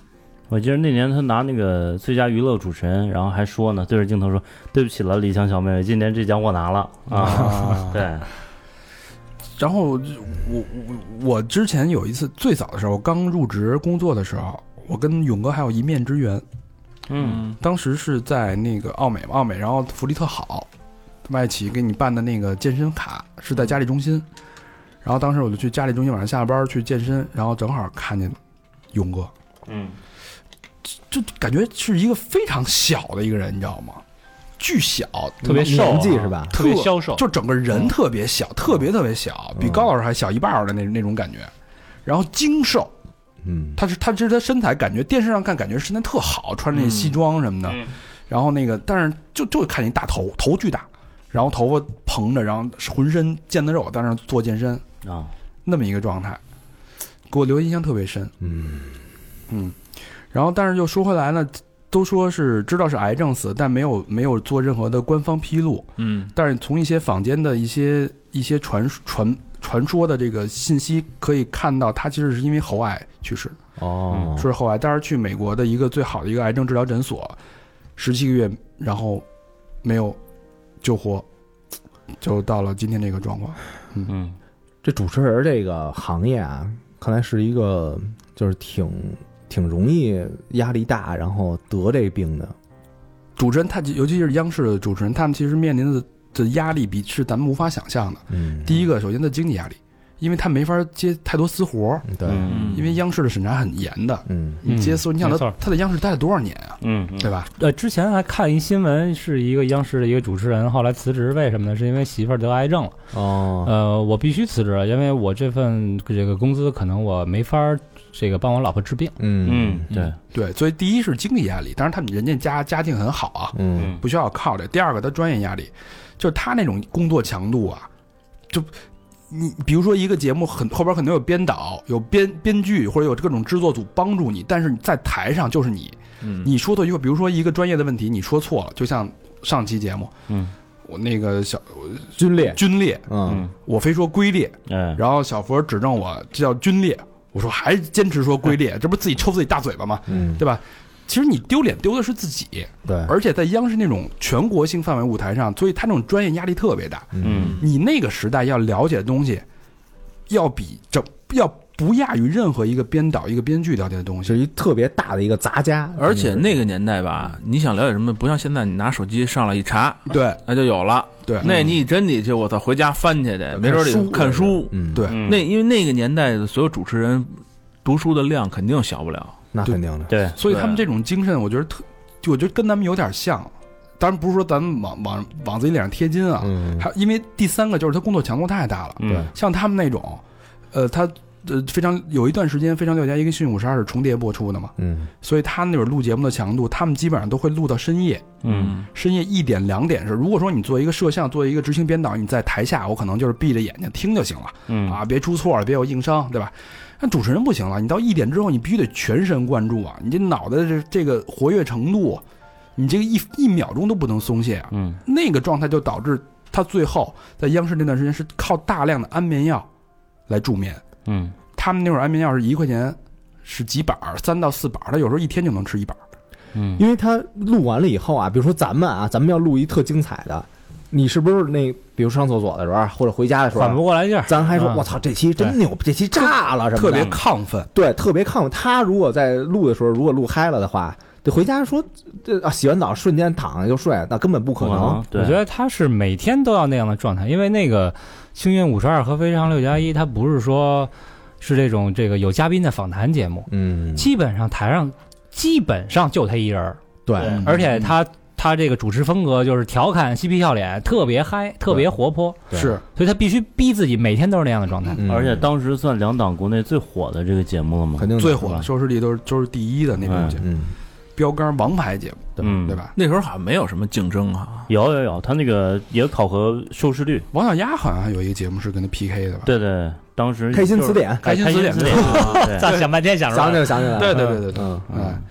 我记得那年他拿那个最佳娱乐主持人，然后还说呢，对着镜头说：“对不起了，李强小妹妹，今年这奖我拿了啊。
啊”，
对，
然后我我我之前有一次最早的时候，我刚入职工作的时候，我跟勇哥还有一面之缘，
嗯，
当时是在那个奥美嘛，奥美，然后福利特好，外企给你办的那个健身卡是在嘉里中心，然后当时我就去嘉里中心，晚上下了班去健身，然后正好看见勇哥，
嗯，
就感觉是一个非常小的一个人，你知道吗？巨小，
特别瘦啊，
年纪是吧？
特别消瘦，嗯
就整个人特别小，特别特别小，比高老师还小一半儿的那那种感觉。然后精瘦，
嗯
他是他其实他身材感觉电视上看感觉身材特好，穿那
嗯
西装什么的。然后那个，但是就就看见一大头，头巨大，然后头发蓬着，然后浑身腱子肉，在那儿做健身
啊，
那么一个状态，给我留印象特别深。
嗯
嗯，然后但是又说回来呢，都说是知道是癌症死，但没有没有做任何的官方披露。
嗯，
但是从一些坊间的一些一些传传传说的这个信息可以看到，他其实是因为喉癌去世，
哦，
说是喉癌。当时去美国的一个最好的一个癌症治疗诊所，十七个月，然后没有救活，就到了今天这个状况。
嗯
这主持人这个行业啊，看来是一个就是挺挺容易压力大，然后得这病的。
主持人他尤其是央视的主持人，他们其实面临的的压力比是咱们无法想象的。
嗯，
第一个，首先他经济压力，因为他没法接太多私活儿，
对，
嗯
因为央视的审查很严的。
嗯
你接
嗯
私，你想
没
他
错
他在央视待了多少年啊，
嗯，
对吧？
呃，之前还看一新闻，是一个央视的一个主持人，后来辞职，为什么呢？是因为媳妇儿得癌症了。
哦，
呃，我必须辞职，因为我这份这个工资可能我没法儿这个帮我老婆治病。
嗯
嗯，对，
对，所以第一是经济压力，当然他们人家家家境很好啊，
嗯
嗯
不需要靠这。第二个，他专业压力，就是他那种工作强度啊，就你比如说一个节目很后边可能有编导、有编编剧或者有各种制作组帮助你，但是你在台上就是你，
嗯，
你说错一个，比如说一个专业的问题你说错了，就像上期节目，
嗯
我那个小
军裂，
皲裂，
嗯
嗯，
我非说龟裂，
哎，
然后小佛指正我这叫皲裂，我说还是坚持说龟裂，这不自己抽自己大嘴巴吗？
嗯，
对吧？其实你丢脸丢的是自己，
对，
而且在央视那种全国性范围舞台上，所以他那种专业压力特别大。
嗯
你那个时代要了解的东西，要比整要不亚于任何一个编导、一个编剧了解的东
是
西。
一特别大的一个杂家，嗯
而且那个年代吧，你想了解什么，不像现在你拿手机上来一查，
对
那就有了。
对
那你真得去，我操，回家翻去去，没准得看书。
嗯，
对，
嗯
那因为那个年代的所有主持人，读书的量肯定小不了。
那肯定的。
对，
所以他们
对
这种精神，我觉得特，就我觉得跟咱们有点像。当然不是说咱们往往往自己脸上贴金啊，
嗯，
还因为第三个就是他工作强度太大了。
嗯，
像他们那种，呃，他呃非常有一段时间非常六加一跟信五十二是重叠播出的嘛，
嗯，
所以他那会儿录节目的强度，他们基本上都会录到深夜，
嗯，
深夜一点两点是。如果说你做一个摄像，做一个执行编导，你在台下，我可能就是闭着眼睛听就行了。
嗯
啊，别出错了，别有硬伤，对吧？但主持人不行了，你到一点之后，你必须得全神贯注啊！你这脑袋这这个活跃程度，你这个一一秒钟都不能松懈啊！
嗯
那个状态就导致他最后在央视那段时间是靠大量的安眠药来助眠。
嗯
他们那会儿安眠药是一块钱，是几板儿，三到四板儿，他有时候一天就能吃一板儿。
嗯，
因为他录完了以后啊，比如说咱们啊，咱们要录一特精彩的，你是不是那，比如上厕所的时候啊或者回家的时候
缓
啊，
不过来劲儿。
咱还说
嗯
我操，这期真牛，这期炸了什么的，
特别亢奋，
对，特别亢奋。他如果在录的时候，如果录嗨了的话，得回家说这啊，洗完澡瞬间躺下就睡，那根本不可能。
对，
我觉得他是每天都要那样的状态，因为那个《幸运五十二》和《非常六加一》，它不是说是这种这个有嘉宾的访谈节目，
嗯，
基本上台上基本上就他一人儿，
对，
对
嗯
而且他他这个主持风格就是调侃、嬉皮笑脸，特别嗨，特别活泼，
对
是
所以他必须逼自己每天都是那样的状态。
嗯
而且当时算两档国内最火的这个节目了嘛
肯，定
最火的收视率都是都是第一的那种节目，
嗯，
标杆王牌节目，
嗯，
对？吧？
那时候好像没有什么竞争啊，
有有有，他那个也考核收视率，
王小丫好像还有一个节目是跟他 PK 的吧？
对对，当时
开心词
就是，
典，
开
开心词典
典，
<laughs>
对，
啊想半天想
想起来想起来，
对对对对对，
嗯，
哎，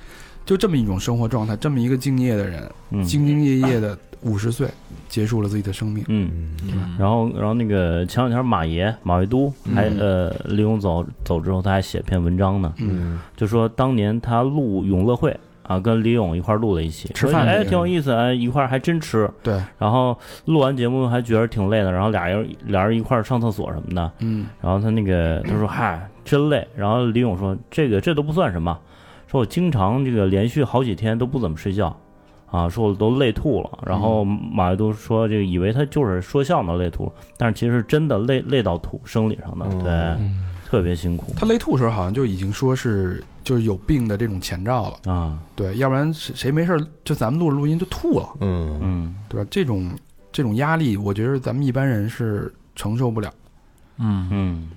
就这么一种生活状态，这么一个敬业的人，
嗯
兢兢业业的五十岁结束了自己的生命。
嗯。
嗯
然后，然后那个前两天马爷马未都还、
嗯
呃，李勇走走之后，他还写篇文章呢，
嗯
就说当年他录永乐会啊，跟李勇一块儿录了一期，
吃饭
说
那
哎
个
挺有意思，哎一块儿还真吃，
对，
然后录完节目还觉得挺累的，然后俩人俩人一块儿上厕所什么的，
嗯，
然后他那个他
<clears throat>
说嗨真累，然后李勇说这个这都不算什么，说我经常这个连续好几天都不怎么睡觉。啊，说我都累吐了，然后
嗯
马未都说这个以为他就是说笑呢累吐了，但是其实是真的累累到吐，生理上的，
嗯
对，特别辛苦
他累吐的时候好像就已经说是就是有病的这种前兆了，
啊，
对，要不然谁谁没事儿就咱们录着录音就吐了，
嗯，
嗯
对吧？这种这种压力，我觉得咱们一般人是承受不了。
嗯，
嗯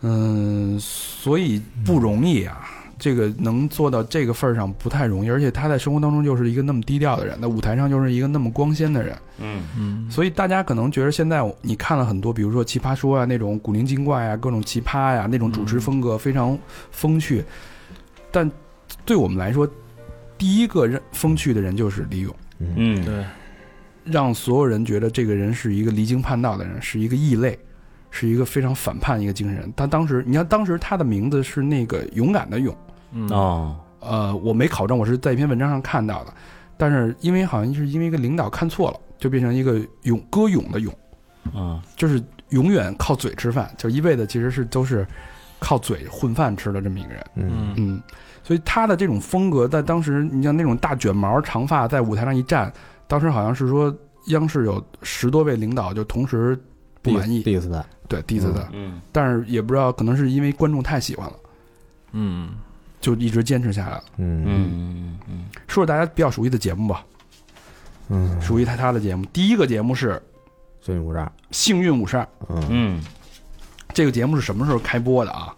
嗯，所以不容易啊。这个能做到这个份儿上不太容易，而且他在生活当中就是一个那么低调的人，在舞台上就是一个那么光鲜的人，
嗯
嗯
所以大家可能觉得现在你看了很多，比如说《奇葩说》啊，那种古灵精怪啊，各种奇葩呀、那种主持风格非常风趣，但对我们来说，第一个让风趣的人就是李咏，
嗯，
对，
让所有人觉得这个人是一个离经叛道的人，是一个异类，是一个非常反叛一个精神人。他当时，你看当时他的名字是那个勇敢的勇，
嗯
哦，
呃，我没考证，我是在一篇文章上看到的，但是因为好像是因为一个领导看错了，就变成一个勇歌咏的咏。
嗯
就是永远靠嘴吃饭，就一味的其实是都是靠嘴混饭吃的这么一个人。
嗯，
嗯
嗯，所以他的这种风格在当时，你像那种大卷毛长发在舞台上一站，当时好像是说央视有十多位领导就同时不满意，
第一次的，
对 diss 的，
嗯
但是也不知道可能是因为观众太喜欢了，
嗯，
就一直坚持下来了。
嗯
嗯嗯
说说大家比较熟悉的节目吧，
嗯，
熟悉他他的节目，第一个节目是《
所以我这儿，
幸运五十二》，
嗯
嗯
这个节目是什么时候开播的啊？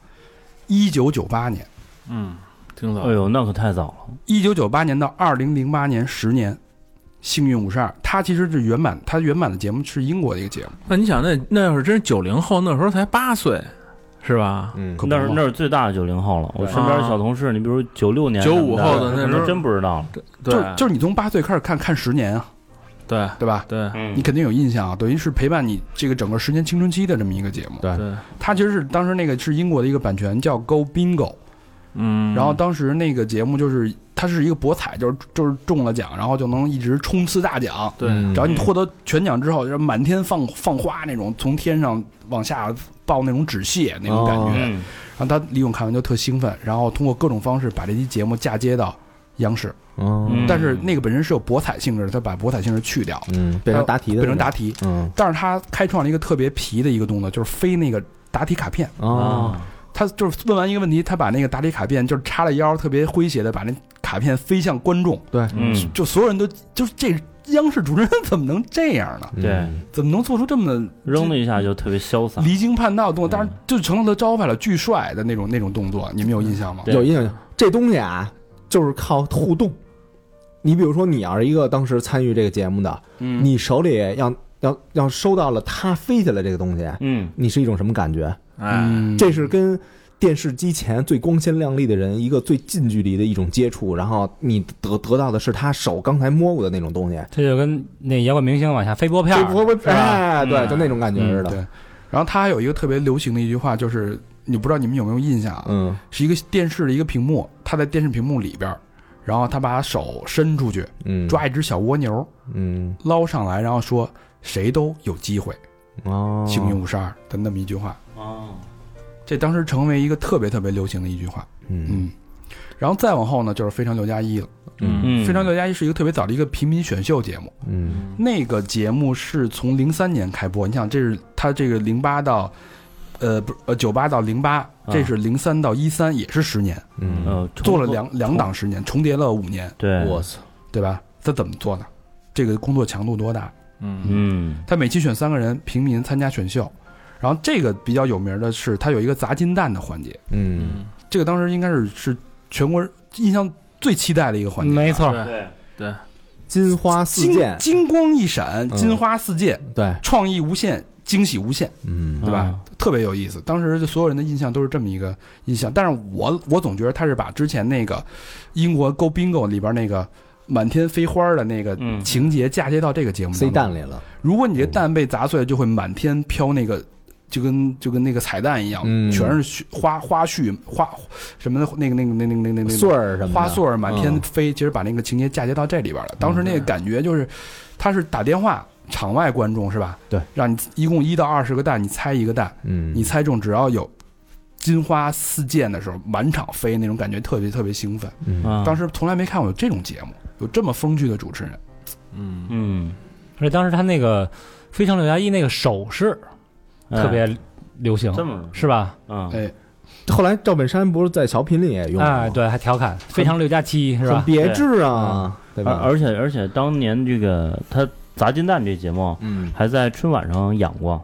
一九九八年。
嗯，挺早
哎，呦，那可太早了。
一九九八年到二零零八年十年，《幸运五十二》，它其实是原版，它原版的节目是英国的一个节目，
那你想，那那要是真是九零后，那时候才八岁，是吧？
嗯，
可不
那是
嘛
那是最大的九零后了。我身边
啊
小同事，你比如九六年、
95后的那
那
时候
真不知道了。
就
对
是就是你从八岁开始看看十年啊，
对
对吧？
对
你
嗯
肯定有印象啊，等于是陪伴你这个整个十年青春期的这么一个节目。
对
对，
它其实是当时那个是英国的一个版权叫 Go Bingo，
嗯，
然后当时那个节目就是它是一个博彩，就是就是中了奖，然后就能一直冲刺大奖。
对
嗯
只要你获得全奖之后，就是满天放放花那种，从天上往下爆那种纸屑那种感觉。
哦
嗯
然后他李勇看完就特兴奋，然后通过各种方式把这期节目嫁接到央视，
嗯
但是那个本身是有博彩性质的，他把博彩性质去掉，
嗯，变成答题的，
变成答，题。
嗯
哦
但是他开创了一个特别皮的一个动作，就是飞那个答题卡片。
啊，
他就是问完一个问题，他把那个打理卡片就是叉着腰，特别诙谐的把那卡片飞向观众，
对，
嗯，
就所有人都就是这央视主持人怎么能这样呢？
嗯
对，
怎么能做出这么
扔了一下就特别潇洒。
离经叛道的动作？
嗯
当然就成了他招牌了，巨帅的那种那种动作，你们有印象吗？
对
有印象。这东西啊，就是靠互动。你比如说，你要是一个当时参与这个节目的，
嗯
你手里要要要收到了它飞起来这个东西，
嗯，
你是一种什么感觉？
嗯
哎，
这是跟电视机前最光鲜亮丽的人一个最近距离的一种接触，然后你得得到的是他手刚才摸过的那种东西，
这就跟那摇滚明星往下飞拨片
这
儿，
不会
是吧？
哎，对，
嗯
就那种感觉似的。
对。然后他还有一个特别流行的一句话，就是你不知道你们有没有印象啊？
嗯，
是一个电视的一个屏幕，他在电视屏幕里边儿，然后他把手伸出去
嗯，
抓一只小蜗牛
嗯，
捞上来，然后说谁都有机会，
哦，
幸运五十二的那么一句话，
哦，
这当时成为一个特别特别流行的一句话，
嗯
嗯。然后再往后呢，就是《非常六加一》了。
嗯
嗯，
《非常六加一》是一个特别早的一个平民选秀节目，
嗯
那个节目是从零三年开播，你想这是它这个零八到，呃不呃九八到零八，
啊
这是零三到一三，也是十年，
嗯，
呃，重
做了
复
两两档十年，重叠了五年，
对，
操，
对吧？他怎么做的？这个工作强度多大？
嗯
嗯
他每期选三个人平民参加选秀，然后这个比较有名的是他有一个砸金蛋的环节，
嗯，
这个当时应该是是全国印象最期待的一个环节，
嗯没错，
对
对，
对，
金花四
金
溅，
金光一闪，
嗯
金花四溅，
对，
创意无限，惊喜无限。
嗯
对吧？
啊
特别有意思。当时就所有人的印象都是这么一个印象，但是我我总觉得他是把之前那个英国 Go Bingo 里边那个满天飞花的那个
嗯
情节嫁接到这个节目
塞
当中。
蛋里了，
如果你
嗯
这蛋被砸碎了，就会满天飘那个。就跟就跟那个彩蛋一样，
嗯
全是絮花花絮花什么的，那个那个那个那个那个那
穗
个
儿什么的，
花穗儿满天
嗯
飞，其实把那个情节嫁接到这里边了。当时那个感觉就是，他是打电话场外观众是吧？
对，
让你一共一到二十个蛋，你猜一个蛋，
嗯，
你猜中，只要有金花四溅的时候，满场飞那种感觉，特别特别兴奋。
嗯
啊
当时从来没看过有这种节目，有这么风趣的主持人。
嗯，
嗯，
而且当时他那个《非常六加一》那个手势
哎
嗯特别流行，
这么
是吧？
嗯
啊，
哎，
后来赵本山不是在小品里也用啊了吗
哎，，对，还调侃“非常六加七”是
很
吧？
别致啊，对
而
吧？
而且而且当年这个他砸金蛋这节目
嗯
还在春晚上演过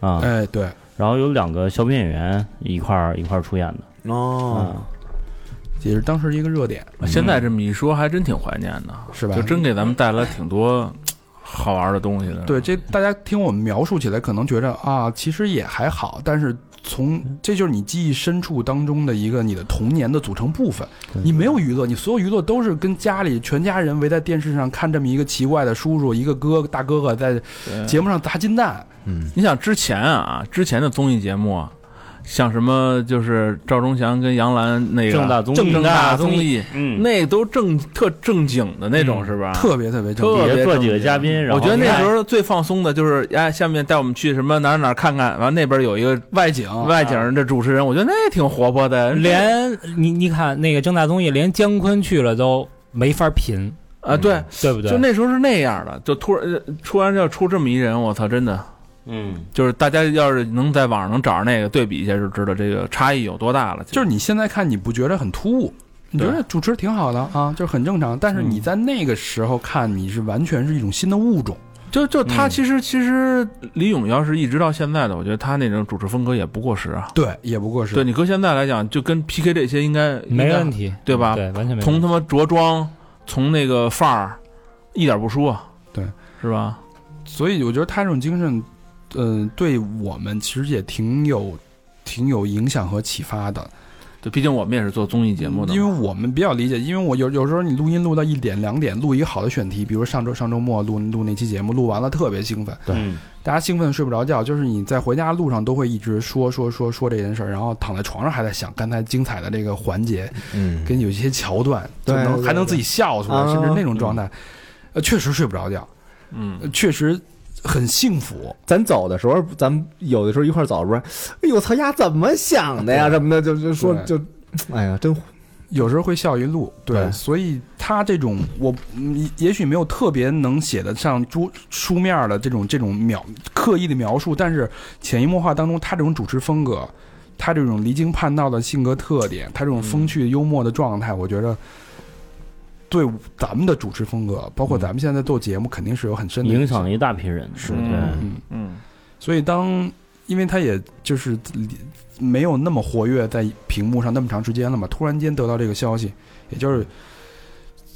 啊，
哎，对，
然后有两个小品演员一块儿一块儿出演的
哦，
啊，
也是当时一个热点，
现在这么一说，还真挺怀念的，
啊
是
嗯
吧
就？真给咱们带来挺多好玩的东西的。
对，这大家听我们描述起来，可能觉着啊，其实也还好，但是从
嗯
这就是你记忆深处当中的一个你的童年的组成部分。你没有娱乐，你所有娱乐都是跟家里全家人围在电视上看这么一个奇怪的叔叔，一个哥大哥哥在
对啊
节目上砸金蛋，
嗯
你想之前啊，之前的综艺节目啊，像什么就是赵忠祥跟杨澜那个
正大综艺
正大
正
综
大综
艺，
嗯，
那都正特正经的那种，是吧？
特别特别正
特
经
别正
也做几个
经
嘉宾，然
我
后哎
觉得那
看
时候最放松的就是，哎，下面带我们去什么哪儿哪儿看看，完那边有一个
外景，
啊
外景的主持人，我觉得那也挺活泼的，
连你你看那个正大综艺，连姜昆去了都没法评，
啊，
嗯
对，
对不对？
就那时候是那样的，就突然呃突然要出这么一人，我操，真的
嗯
就是大家要是能在网上能找着那个对比一下，就知道这个差异有多大了。
就是你现在看，你不觉得很突兀？你觉
对嗯
得主持挺好的啊，就是很正常。但是你在那个时候看，你是完全是一种新的物种。
就就他
嗯
其实、其实李咏要是一直到现在的，我觉得他那种主持风格也不过时啊。
对，也不过是。
对你搁现在来讲，就跟 PK 这些应该
没问，
应
题，
对吧
对，完全没问
该从
题。
他妈着装，从那个范儿，一点不输啊。
对，
是吧？
所以我觉得他这种精神，呃，对我们其实也挺有、挺有影响和启发的。
对，毕竟我们也是做综艺节目的嘛，
因为我们比较理解，因为我有有时候你录音录到一点两点，录一个好的选题，比如上周上周末录录那期节目，录完了特别兴奋，
对
嗯
大家兴奋得睡不着觉，就是你在回家路上都会一直说说说说这件事儿，然后躺在床上还在想刚才精彩的这个环节，
嗯，
跟有一些桥段，就
对
能
对
还能自己笑出来，
啊
甚至那种状态，呃，确实睡不着觉，
嗯，
呃确实很幸福。
咱走的时候，咱们有的时候一块儿走，不是，哎呦，操丫怎么想的呀？什么的，就就说就，哎呀，真
有时候会笑一路，对，
对
所以他这种我嗯也许没有特别能写得上书书面儿的这种这种描刻意的描述，但是潜移默化当中，他这种主持风格他这种离经叛道的性格特点，他这种风趣幽默的状态，我觉着对咱们的主持风格，包括咱们现在做节目，肯定是有很深的
嗯影响了一大批人，
是
对，
嗯，
嗯，
所以当因为他也就是没有那么活跃在屏幕上那么长时间了嘛，突然间得到这个消息，也就是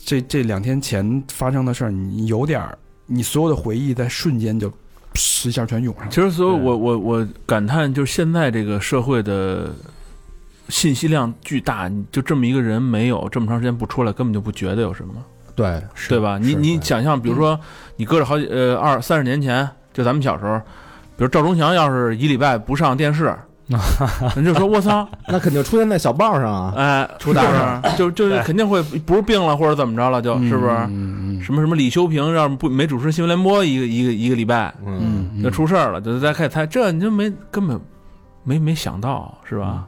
这这两天前发生的事儿，你有点儿，你所有的回忆在瞬间就 <laughs> 噗一下全涌上
其实所以我我我感叹就是现在这个社会的信息量巨大，你就这么一个人没有这么长时间不出来，根本就不觉得有什么。
对
对吧？你
是
你
对
想象，比如说你搁着好几呃二三十年前，就咱们小时候，比如赵忠祥要是一礼拜不上电视，人就说我操，
那肯定出现在小报上啊。
哎，出大事儿，就就是肯定会不是病了或者怎么着了，就
嗯
是不是？
嗯嗯
什么什么李修平要是不没主持新闻联播一个一个一个礼拜，
嗯，
嗯，
就出事儿了，就大家开始猜，这你就没根本没没想到是吧？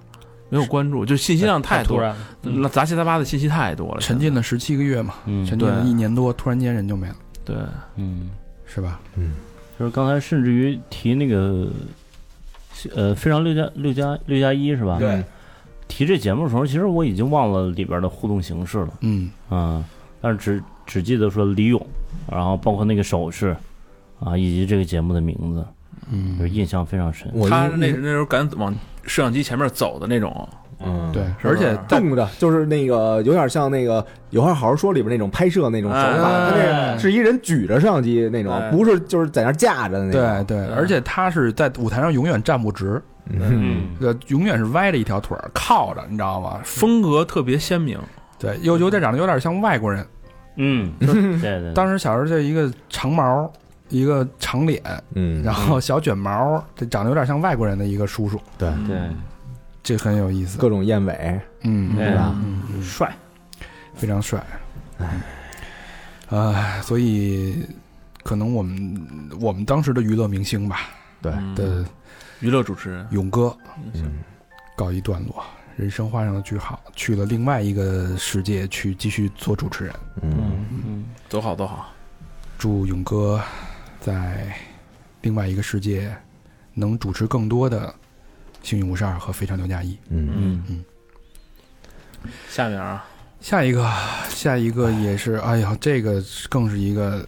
没有关注，就信息量太
突
多，
然，嗯
杂七杂八的信息太多了，
沉浸了十七个月嘛，
嗯，
沉浸了
对
一年多，突然间人就没了，
对，
嗯，
是吧？
就是刚才甚至于提那个，呃，非常六加六加六加一是吧？
对，
提这节目的时候，其实我已经忘了里边的互动形式了，
嗯，
嗯，但是只只记得说李勇，然后包括那个手势啊，以及这个节目的名字，
嗯
就是印象非常深。
我
他
一
那那时候敢往摄像机前面走的那种，
嗯
对，
是不
而
是
且在
动着，就是那个有点像那个《有话好好说》里边那种拍摄那种手法，
哎
他那是一人举着摄像机那种
哎，
不是就是在那儿架着的那
对
种。
对，而且他是在舞台上永远站不直，
嗯，
呃，永远是歪着一条腿儿靠着，你知道吗？
风格特别鲜明。
对，又有点长得有点像外国人。
嗯，对对对，
当时小时候就一个长毛，一个长脸，
嗯，
然后小卷毛，这长得有点像外国人的一个叔叔，
对，
对
这很有意思。
各种燕尾，
嗯，
对吧？
嗯，
帅，
非常帅。哎，所以可能我们我们当时的娱乐明星吧
对，
的
娱乐主持人，
勇哥
嗯
告一段落，人生画上了句号，去了另外一个世界去继续做主持人。
嗯，
嗯，
走好走好，
祝勇哥在另外一个世界能主持更多的《幸运五十二》和《非常六加一》。
嗯，
嗯
下面啊，
下一个，下一个也是，哎呀，这个更是一个，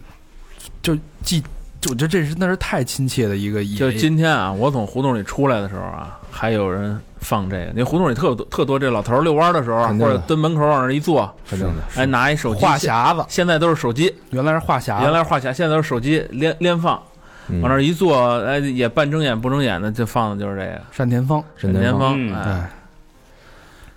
就既我觉得这是那是太亲切的一个也，
就今天啊，我从胡同里出来的时候啊，还有人放这个，那胡同里特多特多，这老头儿遛弯的时候啊，
肯
或
定的
者蹲门口往那儿一坐，
肯定的，
哎，拿一手机
话，匣子，
现在都是手机，
原来是话匣子，
原来是话匣，现在都是手机连连放，
啊嗯
往那儿一坐，哎，也半睁眼不睁眼的，就放的就是这个。
单田芳，
沈
田
田芳，
芳，
嗯
哎，
哎，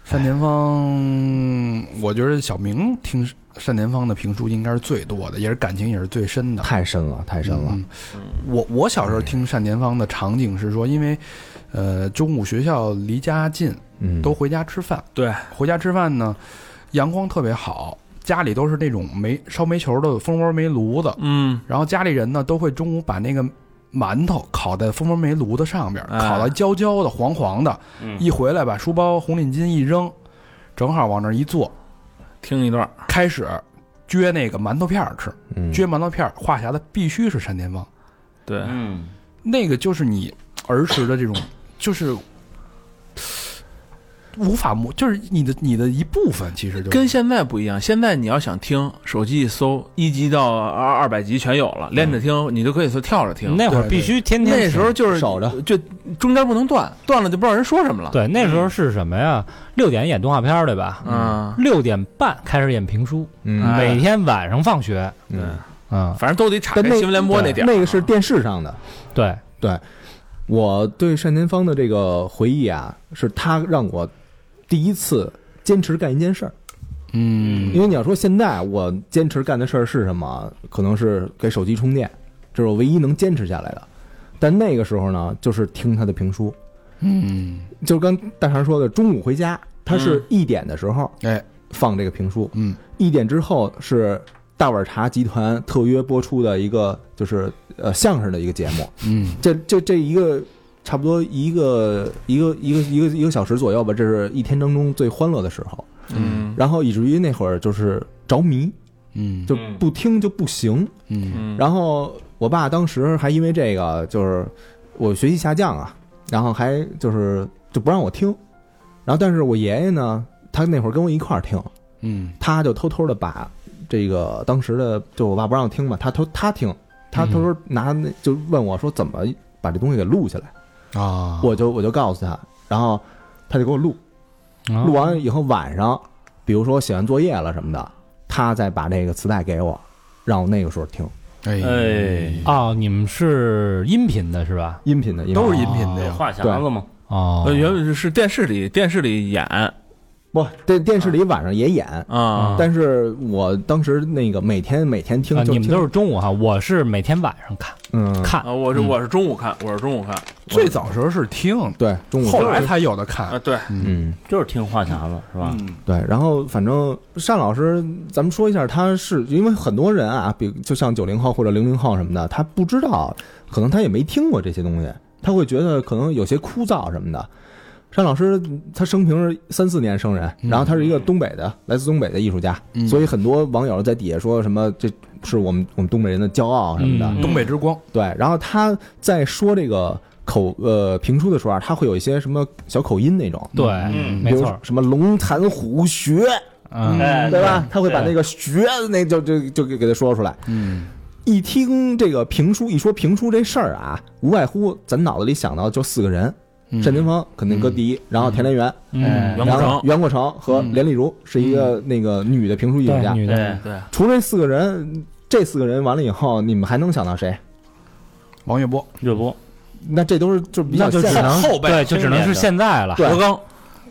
单田芳，我觉得小明听单田芳的评书应该是最多的，也是感情也是最深的，
太深了，太深了
嗯。我我小时候听单田芳的场景是说，因为，呃，中午学校离家近，
嗯，
都回家吃饭。
对，
回家吃饭呢，阳光特别好，家里都是那种煤烧煤球的蜂窝煤炉子，
嗯，
然后家里人呢都会中午把那个馒头烤在蜂窝煤炉子上边，
哎
烤到焦焦的、黄黄的。
嗯
一回来把书包、红领巾一扔，正好往那儿一坐，
听一段，
开始撅那个馒头片儿吃。
嗯
撅馒头片儿，话匣子必须是单田芳。
对，
嗯，
那个就是你儿时的这种，就是无法磨，就是你的你的一部分，其实就是
跟现在不一样，现在你要想听，手机一搜，一集到二二百集全有了，
嗯
连着听，你就可以说跳着听。
那会儿
对
必须天天
那时候就是
守着，
就中间不能断，断了就不知道人说什么了。，
对，那时候是什么呀？六点演动画片儿对吧？
嗯，
六点半开始演评书，
嗯
哎
每天晚上放学，
对，
嗯，
反正都得岔
但
开
那
新闻联播那点儿。啊
那个是电视上的。
对，
我对单田芳的这个回忆啊，是他让我第一次坚持干一件事儿。
嗯
因为你要说现在我坚持干的事儿是什么，可能是给手机充电，这是我唯一能坚持下来的。但那个时候呢，就是听他的评书，
嗯
就跟大肠说的，中午回家，他是一点的时候，
哎，
放这个评书，
嗯
一点之后是大碗茶集团特约播出的一个就是呃相声的一个节目，
嗯
这这这一个差不多一个一个一个一个一个小时左右吧，这是一天当中最欢乐的时候。
嗯
然后以至于那会儿就是着迷，
嗯
就不听就不行。
嗯
嗯，
然后我爸当时还因为这个，就是我学习下降啊，然后还就是就不让我听。然后，但是我爷爷呢，他那会儿跟我一块儿听，
嗯
他就偷偷的把这个当时的，就我爸不让我听嘛，他偷他听，他
嗯
偷偷拿那就问我说怎么把这东西给录下来，
啊，
我就我就告诉他，然后他就给我录，
哦
啊
录完了以后晚上，比如说写完作业了什么的，他再把这个磁带给我，让我那个时候听
哎
哎
哦，你们是音频的是吧？
音频的，音频
都
的
是音频的呀，
话匣子嘛，
哦，
呃，原本是电视里电视里演
不电电视里晚上也演，
啊
啊
但是我当时那个每天每天听
啊，
就
你们都
听
是中午哈，我是每天晚上看
嗯
看
啊！我是
嗯
我是中午看，我是中午看
最早时候是听，
对中午
后来才有的看
啊，，对，
嗯
就是听话匣子是吧？
嗯
对，然后反正单老师，咱们说一下，他是因为很多人啊，比就像九零后或者零零后什么的，他不知道，可能他也没听过这些东西，他会觉得可能有些枯燥什么的。单老师他生平是三四年生人，然后他是一个东北的，来自东北的艺术家，
嗯
所以很多网友在底下说什么这是我们我们东北人的骄傲什么的，
嗯
东北之光，
对，然后他在说这个口呃评书的时候啊，他会有一些什么小口音那种，
对，
嗯
比
没
如
错儿，
什么龙潭虎穴，
嗯
哎，
对吧？他会把
对
那个穴那就就就给给他说出来。
嗯，
一听这个评书，一说评书这事儿啊，无外乎咱脑子里想到就四个人：单田芳肯定搁第一，然后田连元，
嗯，
袁
然
国
后
成
袁国成和连丽如是一个那个女的评书艺术
对，
家。
女的，
对，
除了这四个人，这四个人完了以后，你们还能想到谁？
王月波，
热播
那这都是就比较
那就
现
只
代
能
后辈
对，就只能是现在了，
对
何刚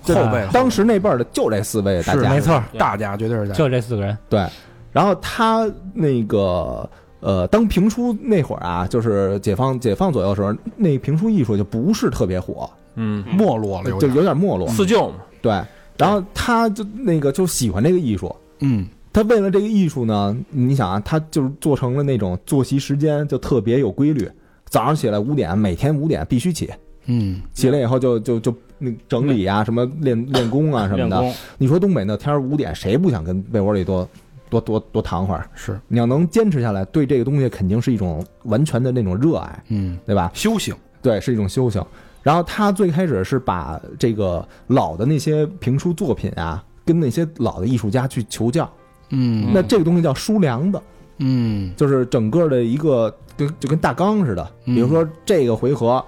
对
后辈
当时那辈儿的就这四位大
是
家，
没错儿，
大家绝对是在
就这四个人，
对，然后他那个呃，当评书那会儿啊，就是解放解放左右的时候，那评书艺术就不是特别火，
嗯
没
哎
落了，有
就
点
有点没落。
四舅嘛，
对，然后他就那个就喜欢这个艺术。
嗯，
他为了这个艺术呢，你想啊，他就是做成了那种作息时间就特别有规律，早上起来五点，每天五点必须起，
嗯，
起来以后就就就那整理啊，什么练练功啊什么
练
的。
功，
你说东北那天儿五点，谁不想跟被窝里多多多多躺会儿？
是，
你要能坚持下来，对这个东西肯定是一种完全的那种热爱，
嗯，
对吧？
修行，
对，是一种修行。然后他最开始是把这个老的那些评书作品啊，跟那些老的艺术家去求教。
嗯
那这个东西叫书梁子，
嗯
就是整个的一个跟就跟大纲似的。
嗯
比如说这个回合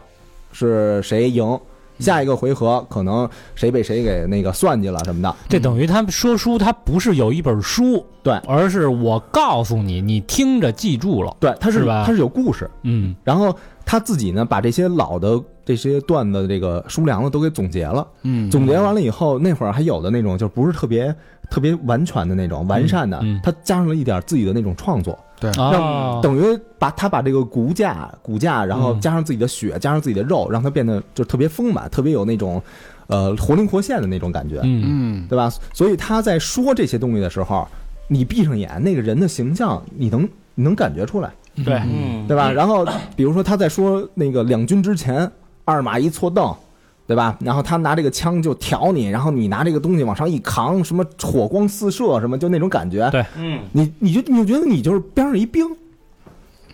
是谁赢，下一个回合可能谁被谁给那个算计了什么的。
这等于他们说书，他不是有一本书，
嗯对
而是我告诉你，你听着记住了，
对，他
是
是
吧
他是有故事，
嗯，
然后他自己呢，把这些老的这些段子、这个书梁子都给总结了。
嗯，
总结完了以后，那会儿还有的那种，就不是特别特别完全的那种完善的
嗯嗯，
他加上了一点自己的那种创作，
啊，
等于把他把这个骨架骨架，然后加上自己的血，加上自己的肉，让它变得就特别丰满，特别有那种呃活灵活现的那种感觉，
嗯，
嗯
对吧？所以他在说这些东西的时候，你闭上眼，那个人的形象你能你能感觉出来。
对
嗯，
对吧？然后比如说他在说那个两军之前，二马一错蹬，对吧？然后他拿这个枪就挑你，然后你拿这个东西往上一扛，什么火光四射，什么就那种感觉。
对
嗯，
你你就你就觉得你就是边上一兵，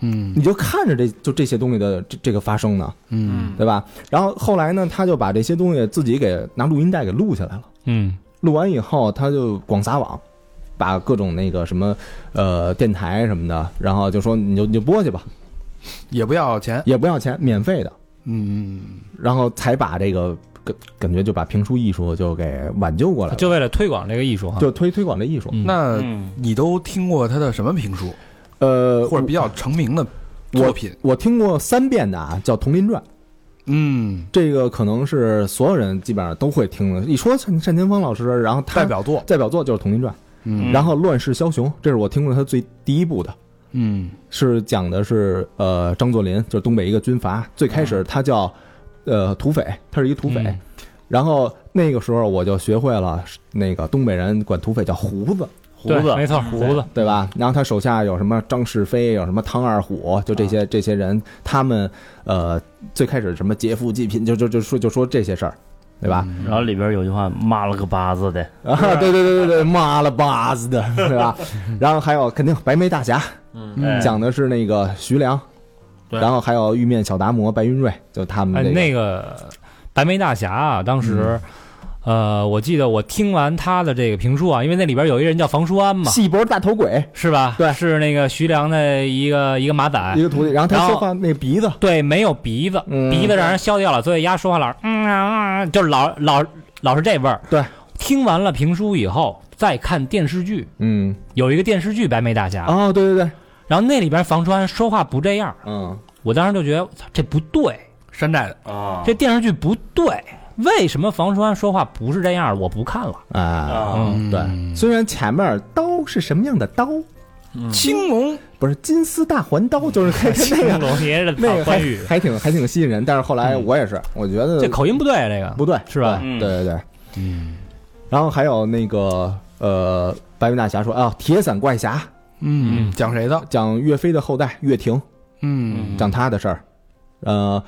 嗯
你就看着这就这些东西的这这个发生呢，
嗯，
对吧？然后后来呢，他就把这些东西自己给拿录音带给录下来了。
嗯，
录完以后，他就广撒网，把各种那个什么呃电台什么的，然后就说你就你就播去吧，
也不要钱，
也不要钱，免费的。
嗯
然后才把这个感感觉就把评书艺术就给挽救过来了，
就为了推广这个艺术哈，
就推推广这艺术。
嗯
那
嗯
你都听过他的什么评书，
呃，
或者比较成名的作品？
我听过三遍的啊，叫《佟林传》，
嗯，
这个可能是所有人基本上都会听的。一说单单田芳老师，然后他
代表作，
代表作就是《佟林传》，
嗯
然后《乱世枭雄》，这是我听过他最第一部的。
嗯
是讲的是呃张作霖，就是东北一个军阀。最开
嗯
始他叫呃土匪，他是一土匪。
嗯
然后那个时候我就学会了那个东北人管土匪叫胡子，
胡
对
子
没错，胡子，
对吧？然后他手下有什么张世飞，有什么汤二虎，就这
啊
些这些人，他们呃最开始什么劫富济贫，就就就说就说这些事儿，对吧？
嗯
然后里边有句话，妈了个巴子的，
啊，对对对对对，妈了巴子的，对
<laughs>
吧？然后还有肯定白眉大侠，
哎
嗯
讲的是那个徐良，
对
然后还有玉面小达摩、白云瑞，就他们
哎，
这个嗯
那个白眉大侠啊，当时，呃，我记得我听完他的这个评书啊，因为那里边有一个人叫房书安嘛，哎
细脖大头鬼
是吧？
对
是那个徐良的一个一个马仔
一，个徒弟，然后
然
他
后
说话那鼻子，
对，没有鼻子，
嗯
鼻子让人削掉了，所以丫说话老是嗯啊啊，就是老老老是这味儿。
对，
听完了评书以后，再看电视剧，
嗯，
有一个电视剧《白眉大侠》，
哦，对对对，
然后那里边房川说话不这样，
嗯，
我当时就觉得操这不对，
山寨的，
啊
这电视剧不对，为什么房川说话不是这样？我不看了。嗯
啊，
嗯
<laughs>
啊，
对，虽然前面刀是什么样的刀，
嗯
青龙
不是金丝大环刀，就是看看那
<laughs>
青
个
龙爷的
那个还
关羽，
还挺还挺吸引人，但是后来我也是，我觉得
嗯这口音不对，啊这个
不对，
是吧
对
嗯
对对，嗯。然后还有那个呃，白眉大侠说啊，铁伞怪侠
嗯，讲谁的？
讲岳飞的后代岳霆，
嗯，
讲他的事儿，呃，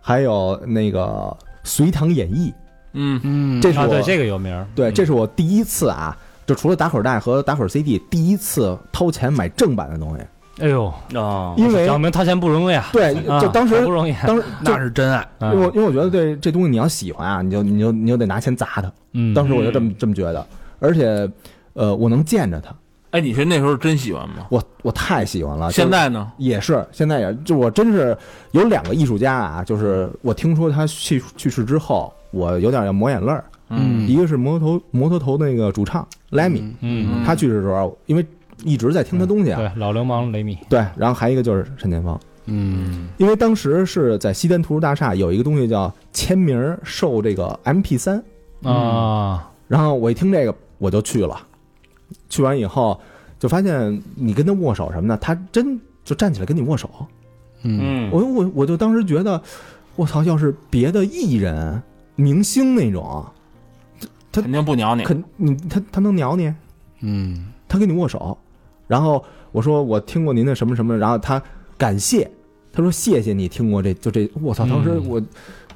还有那个《隋唐演义
嗯》，
这是
啊，
我
对这个有名儿。嗯
对，这是我第一次啊，就除了打口袋和打口 CD，第一次掏钱买正版的东西，
哎呦，
啊，
因为
小明掏钱不容易啊！
对，
啊
就当时
好不容易，
当时就
那是真爱。
因为我因为我觉得对这东西你要喜欢啊，你就你就你就得拿钱砸它，
嗯，
当时我就这么这么觉得，而且呃，我能见着它，
哎，你是那时候真喜欢吗？
我我太喜欢了，啊就是
现在呢？
也是，现在也就我真是有两个艺术家啊，就是我听说他去去世之后，我有点要抹眼泪儿。
嗯
一个是摩托头摩托头那个主唱 Lemmy，、
嗯，
他去世的时候，因为一直在听他东西啊，
对，老流氓雷米，
对然后还有一个就是沈前方，
嗯
因为当时是在西单图书大厦有一个东西叫签名儿售这个 MP 三，
啊，
然后我一听这个我就去了，去完以后就发现你跟他握手什么的，他真就站起来跟你握手，
嗯
嗯，
我我我就当时觉得，我操，要是别的艺人、明星那种，
肯定不鸟你。
肯你他他能鸟你，
嗯
他跟你握手，然后我说我听过您的什么什么，然后他感谢，他说谢谢你听过这就这，我操，当时
嗯
我、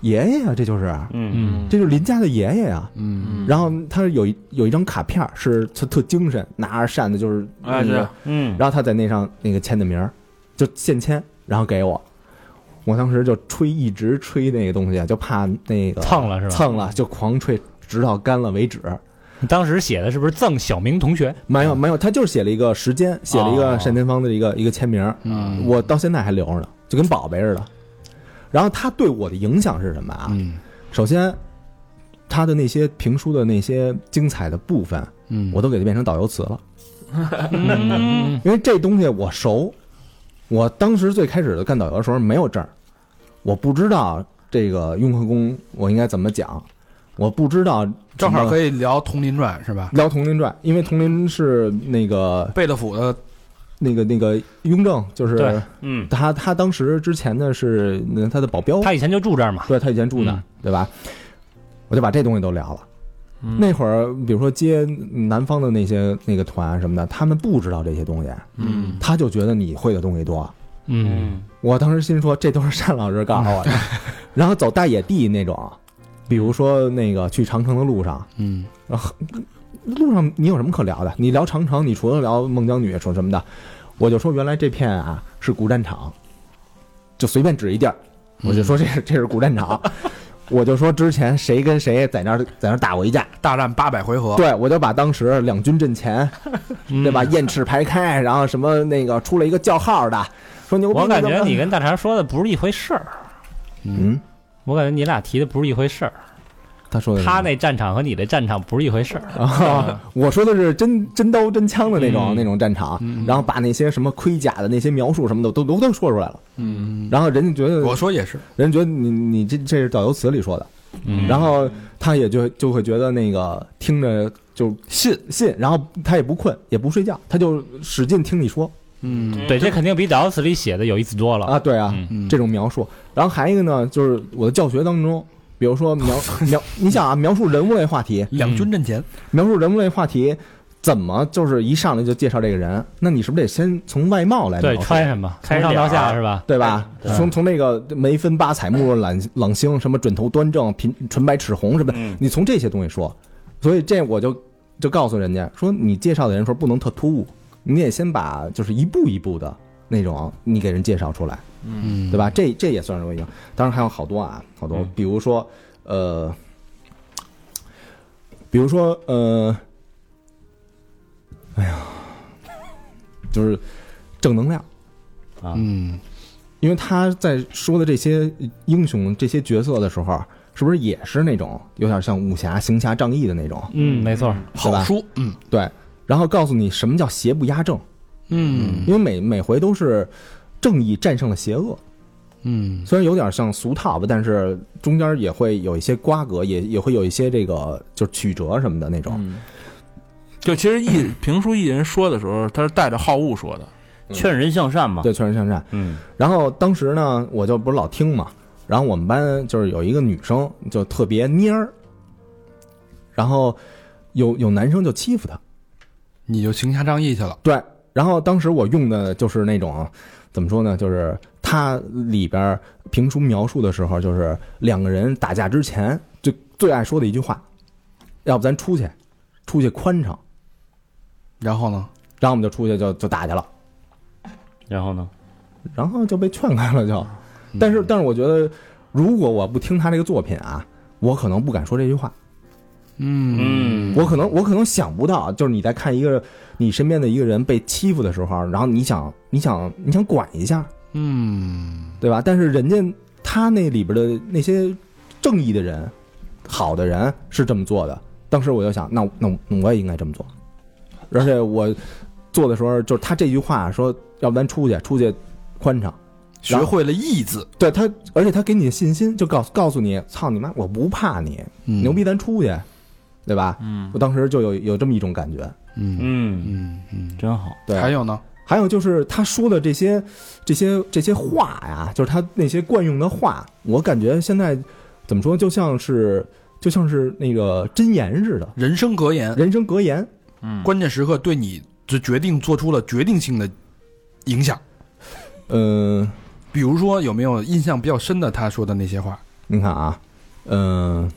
爷爷呀、这就是
嗯
嗯，
这就是邻家的爷爷呀、
嗯
然后他有一有一张卡片儿是特特精神，拿着扇子就是
哎
那个
是，
嗯，
然后他在那上那个签的名儿，就现签，然后给我。我当时就吹，一直吹那个东西，就怕那个
蹭了是吧
蹭了就狂吹，直到干了为止。
你当时写的是不是赠小明同学？
没有没有，他就是写了一个时间，写了一
哦
个单田芳的一个、一个签名儿，
嗯
我到现在还留着呢，就跟宝贝似的。然后他对我的影响是什么啊？
嗯
首先，他的那些评书的那些精彩的部分，
嗯
我都给它变成导游词了，因为这东西我熟。我当时最开始干导游的时候没有证儿，我不知道这个雍和宫我应该怎么讲，我不知道
正好
以
可以聊《佟林传》是吧？
聊《佟林传》，因为佟林是那个
贝勒府的
那个那个雍正，就是
对
嗯
他他当时之前的是那他的保镖，
他以前就住这儿嘛。
对他以前住那儿，对吧？我就把这东西都聊了。
嗯
那会儿，比如说接南方的那些那个团什么的，他们不知道这些东西，
嗯，
他就觉得你会的东西多。
嗯，
我当时心说，这都是单老师告诉我的。
嗯
<laughs> 然后走大野地那种，比如说那个去长城的路上，
嗯
路上你有什么可聊的？你聊长城，你除了聊孟姜女说什么的，我就说原来这片啊是古战场，就随便指一地儿，
嗯
我就说这是这是古战
<laughs>
场，我就说之前谁跟谁在那儿在那儿打过一架，
大战八百回
哦
合，
对我就把当时两军阵前，
嗯
对吧？燕翅排开，然后什么那个出了一个叫号的，说牛逼，
我感
怎
觉
么
你跟大肠说的不是一回事儿，
嗯，
我感觉你俩提的不是一回事儿。
他说的是
他那战场和你的战场不是一回事儿。
啊， <laughs> 我说的是真真刀真枪的那种、
嗯
那种战场，然后把那些什么盔甲的那些描述什么的都都都说出来了，
嗯，
然后人家觉得
我说也是，
人觉得你你这这是导游词里说的，
嗯
然后他也就就会觉得那个听着就信信，然后他也不困也不睡觉，他就使劲听你说
嗯
对，这肯定比《导词》里写的有意思多了。
啊，对啊，
嗯
嗯
这种描述。然后还一个呢，就是我的教学当中，比如说描描，你想啊，描述人物类话题，
两军阵前，
描述人物类话题。怎么就是一上来就介绍这个人？那你是不是得先从外貌来描
对，
述？
穿什么，
开
从上
脸
到
儿
下是吧？
对吧？从从那个眉分八彩，目若朗朗星，什么准头端正，平唇白齿红什么的，
嗯
你从这些东西说。所以这我就就告诉人家说，你介绍的人时候不能特突兀，你得先把就是一步一步的那种你给人介绍出来，
嗯
对吧？这这也算是我一个。当然还有好多啊，好多，比如说呃，比如说呃，哎呀，就是正能量。
啊，
嗯，
因为他在说的这些英雄、这些角色的时候，啊是不是也是那种有点像武侠、行侠仗义的那种？
嗯，没错，
对
好
吧
书，嗯
对，然后告诉你什么叫邪不压正，
嗯
因为每每回都是正义战胜了邪恶，
嗯
虽然有点像俗套吧，但是中间也会有一些瓜葛，也也会有一些这个就是曲折什么的那种。
嗯，就其实艺评书艺人 <coughs> 说的时候，他是带着好恶说的，
劝人向善嘛。
对，劝人向善。
嗯，
然后当时呢，我就不是老听嘛，然后我们班就是有一个女生就特别蔫儿，然后有有男生就欺负她。
你就行侠仗义去了，
对，然后当时我用的就是那种怎么说呢，就是它里边儿评书描述的时候，就是两个人打架之前就最爱说的一句话，要不咱出去，出去宽敞，
然后呢？
然后我们就出去就就打去了，
然后呢？嗯
然后就被劝开了就。但是但是我觉得，如果我不听他这个作品啊，我可能不敢说这句话。
嗯
我可能我可能想不到，就是你在看一个你身边的一个人被欺负的时候，然后你想你想你想管一下，
嗯，
对吧？但是人家他那里边的那些正义的人、好的人是这么做的。当时我就想，那那那我也应该这么做。而且我做的时候，就是他这句话说，要不咱出去，出去宽敞。
学会了义字，
对他，而且他给你信心，就告诉告诉你，操你妈，我不怕你，
嗯
牛逼，咱出去，对吧？
嗯
我当时就有有这么一种感觉。
嗯
嗯，
嗯嗯，
真好。
对，
还有呢？
还有就是他说的这些、这些、这些话呀，就是他那些惯用的话，我感觉现在怎么说，就像是就像是那个箴言似的，
人生格言，
人生格言。
嗯，
关键时刻对你就决定做出了决定性的影响。
嗯、
比如说，有没有印象比较深的他说的那些话？
你看啊，嗯、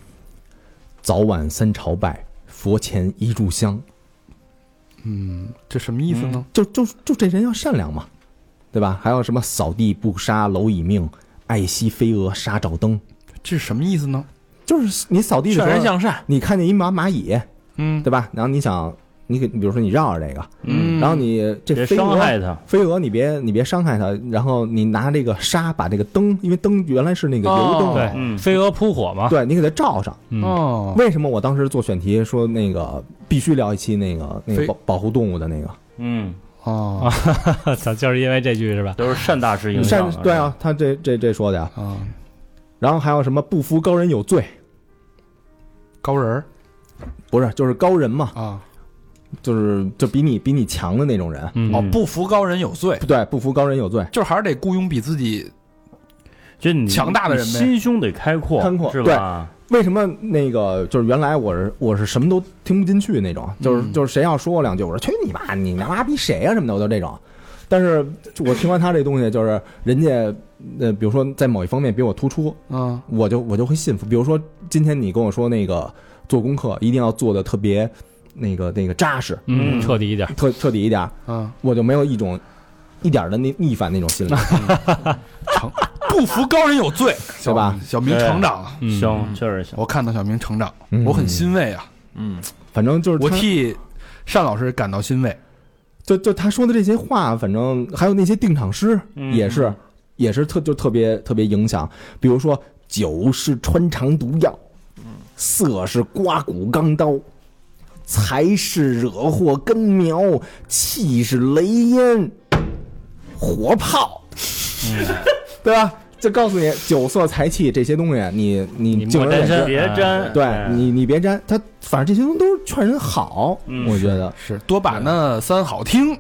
早晚三朝拜，佛前一炷香，
嗯，这什么意思呢？
就就就这人要善良嘛，对吧？还有什么扫地不杀蝼蚁命，爱惜飞蛾杀照灯，
这是什么意思呢？
就是你扫地的
劝人
时候，
向善，
你看见一蚂蚂蚁，
嗯
对吧？然后你想，你给，比如说你绕着这个，
嗯
然后你这
别
飞
伤害
蛾，
他。
飞蛾你别你别伤害它，然后你拿这个沙把这个灯，因为灯原来是那个油灯，
哦
对，
嗯
飞蛾扑火嘛，
对你给它罩上。
嗯，
哦，
为什么我当时做选题说那个必须聊一期那个那
飞
个保保护动物的那个
嗯，
哦
咱 <laughs> 就是因为这句是吧？
都是善大师影响
善
的。
对啊，他这这这说的呀。
啊，
然后还有什么不服高人有罪，
高人儿
不是就是高人嘛，
啊，
就是就比你比你强的那种人。
嗯
哦，不服高人有罪，
不对，不服高人有罪。
就是还是得雇佣比自己
是吧，就你
强大的人呗
你心胸得开阔，
开阔
是吧？
为什么那个就是原来我是我是什么都听不进去那种，就是、
嗯
就是谁要说我两句，我说去你妈，你他妈逼谁呀、什么的，我就这种。但是我听完他这东西，就是人家呃，比如说在某一方面比我突出，
嗯
我就我就会信服。比如说今天你跟我说那个做功课一定要做的特别那个那个扎实，
嗯，
嗯
彻底一点，
特彻底一点，
嗯，
我就没有一种一点儿的那逆反那种心理，
不服高人有罪，
对吧？
小明成长了，
嗯
行，确实行。
我看到小明成长，
嗯
我很欣慰啊，
嗯，
反正就是
我
他
替单老师感到欣慰。
就就他说的这些话，反正还有那些定场诗
嗯
也是，也是特就特别特别影响。比如说，酒是穿肠毒药，色是刮骨钢刀，财是惹祸根苗，气是雷烟火炮， <laughs> 对吧？就告诉你酒色财气这些东西，啊你你
你
敬
莫
而远
沾身，
之。
别沾，
对
哎
你，你别沾他，反正这些东西都是劝人好，
嗯
我觉得
是多把那三好听，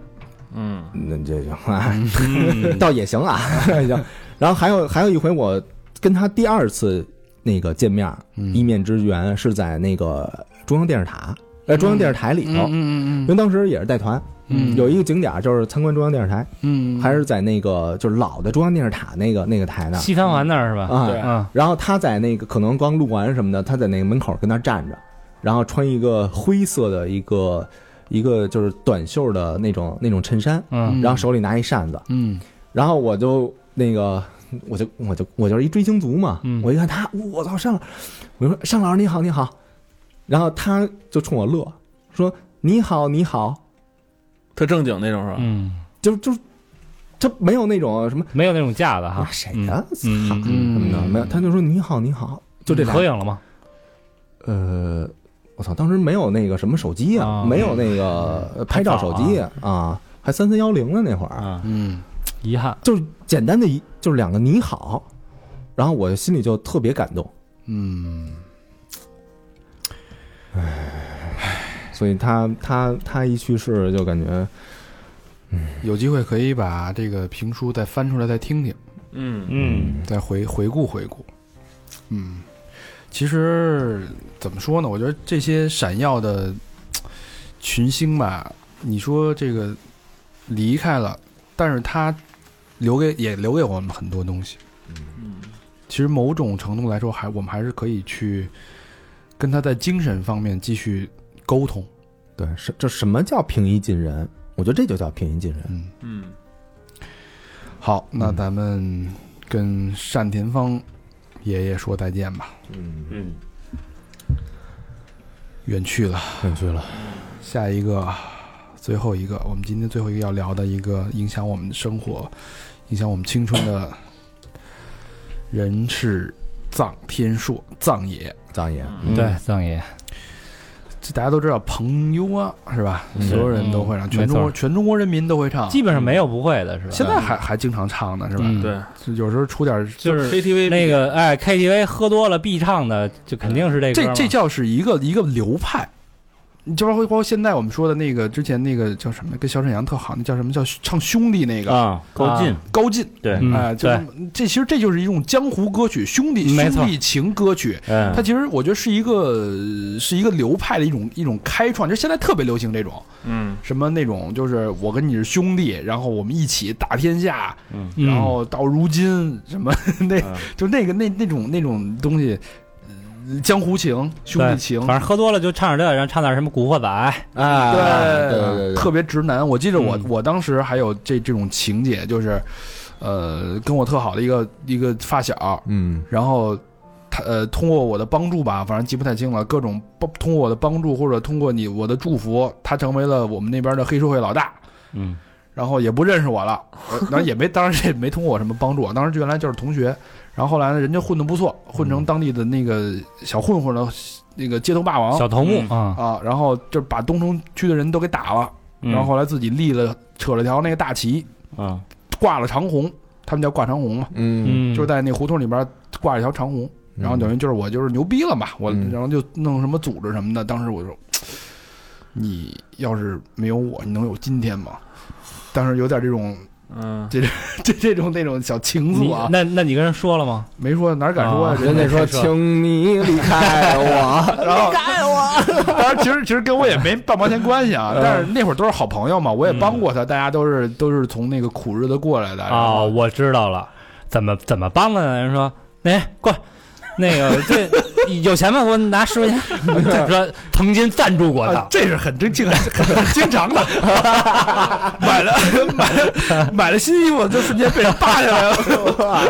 嗯，
那这就啊， <laughs> 倒也行啊，行。然后还有还有一回，我跟他第二次那个见面儿，
嗯
一面之缘是在那个中央电视塔，呃，中央电视台里头，因
嗯
为当时也是带团，
嗯
有一个景点儿就是参观中央电视台，
嗯
还是在那个就是老的中央电视塔那个那个台那儿
西三环那儿是吧？
啊，
对
嗯，
然后他在那个可能刚录完什么的，他在那个门口跟那儿站着，然后穿一个灰色的一个一个就是短袖的那种那种衬衫，
嗯
然后手里拿一扇子，
嗯
然后我就那个我就我就我就是一追星族嘛，
嗯
我一看他，我操，尚老，我就说尚老师你好你好，然后他就冲我乐，说你好你好，
特正经那种是吧？
嗯，
就就他没有那种什么
没有那种架子
啊
<laughs>
哈，
谁呀、
嗯
操
嗯嗯
什么的，没有，他就说你好你好，就这俩
合影了吗？
呃，我操，当时没有那个什么手机啊，
啊嗯
没有那个呃拍照手机啊，啊还三三幺零呢那会儿，
啊，
嗯，
遗憾，
就是简单的一就是两个你好，然后我心里就特别感动，
嗯，
所以他他他一去世就感觉
有机会可以把这个评书再翻出来再听听，
嗯，
嗯，
再回回顾回顾。嗯，其实怎么说呢？我觉得这些闪耀的群星吧，你说这个离开了，但是他留给也留给我们很多东西。其实某种程度来说，还我们还是可以去跟他在精神方面继续沟通。嗯
对什这什么叫平易近人？我觉得这就叫平易近人。
嗯，
嗯，
好，那
嗯
咱们跟单田芳爷爷说再见吧，
嗯，
嗯，
远去了。
进嗯去了。
下一个，最后一个，我们今天最后一个要聊的一个影响我们生活、影响我们青春的人是臧天朔，臧野。
张爷，
嗯
对，藏爷，
这大家都知道，朋友啊，是吧？
嗯
所有人都会唱，
嗯
全中
没
国
错
全中国人民都会唱。
基本上没有不会的，是吧？
现在还还经常唱呢，是吧？
嗯
对，
有时候出点儿
就是
KTV
那个哎，KTV 喝多了必唱的，就肯定是这歌
这
嘛
这叫是一个一个流派，你就包括包括现在我们说的那个之前那个叫什么，跟小沈阳特好，那叫什么叫唱兄弟那个、
啊，高进，
高进，
对，
嗯
哎、就是这其实这就是一种江湖歌曲，兄弟
没错
兄弟情歌曲。
嗯
它，其实我觉得是一个是一个流派的一种一种开创，就是现在特别流行这种
嗯，
什么那种，就是我跟你是兄弟，然后我们一起打天下，
嗯
嗯
然后到如今什么那
嗯
就那个那那种那种东西，呃江湖情、兄弟
对
情，
反正喝多了就唱点这，然后唱点什么《古惑仔》
啊，对对对，
特别直男。我记得我、
嗯
我当时还有这这种情节，就是，呃，跟我特好的一个一个发小，
嗯
然后他呃通过我的帮助吧，反正记不太清了，各种帮通过我的帮助或者通过你我的祝福，他成为了我们那边的黑社会老大。
嗯
然后也不认识我了，呃然后也没，当时也没通过我什么帮助，啊当时原来就是同学，然后后来呢，人家混得不错，混成当地的那个小混混了，那个街头霸王
小头目啊，
啊，然后就把东城区的人都给打了，
嗯，
然后后来自己立了扯了条那个大旗，
嗯
挂了长虹，他们叫挂长虹嘛，
嗯，
嗯，
就在那胡同里边挂了一条长虹，然后等于就是我就是牛逼了嘛，我
嗯
然后就弄什么组织什么的，当时我就说，你要是没有我，你能有今天吗？当时有点这种
嗯，
这这种那种小情
你
愫啊，
那那你跟人说了吗？
没说哪敢说啊
啊，
嗯
人
人家 <laughs> 说，请你离开我，
然后干
啊
我，当然其实其实跟我也没半毛钱关系啊，但是那会儿都是好朋友嘛，我也
嗯
帮过他，大家都是都是从那个苦日子过来的然
哦，
后
我知道了，怎么怎么帮的呢？人说，哎，过来，那个这有钱吗？给我拿十块钱。
<laughs>
说曾经赞助过
啊
的，，
这是很正经、很很经常的， <laughs> 买了买了买了新衣服，就瞬间被人扒下来了。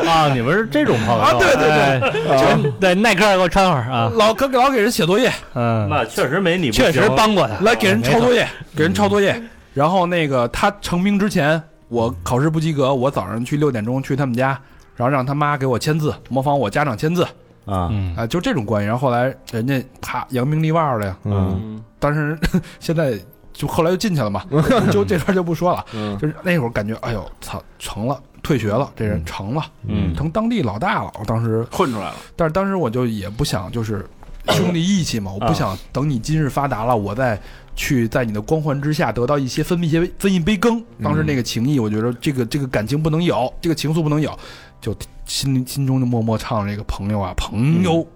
啊，你们是这种朋友
啊对对
对，就是对耐克给我穿会儿啊，
老给老给人写作业，
嗯，
那确实没你不
确实
行
帮过他，啊
来给人抄作业，给人抄作业。然后那个他成名之前，我考试不及格，我早上去六点钟去他们家，然后让他妈给我签字，模仿我家长签字，啊、
啊，
嗯，
就这种关系。然后后来人家啪扬名立万了呀，
嗯
但是 <laughs> 现在就后来就进去了嘛，就这段就不说了。
嗯
就是那会儿感觉，哎呦，操，成了，退学了，这人
嗯
成了，
嗯
成当地老大了。我当时
混出来了，
但是当时我就也不想
<coughs>
就是兄弟义气嘛，
啊
我不想等你今日发达了，我再去在你的光环之下得到一些分一些分一杯羹。
嗯
当时那个情谊，我觉得这个这个感情不能有，这个情愫不能有，就心里心中就默默唱这个朋友啊，朋
嗯
友，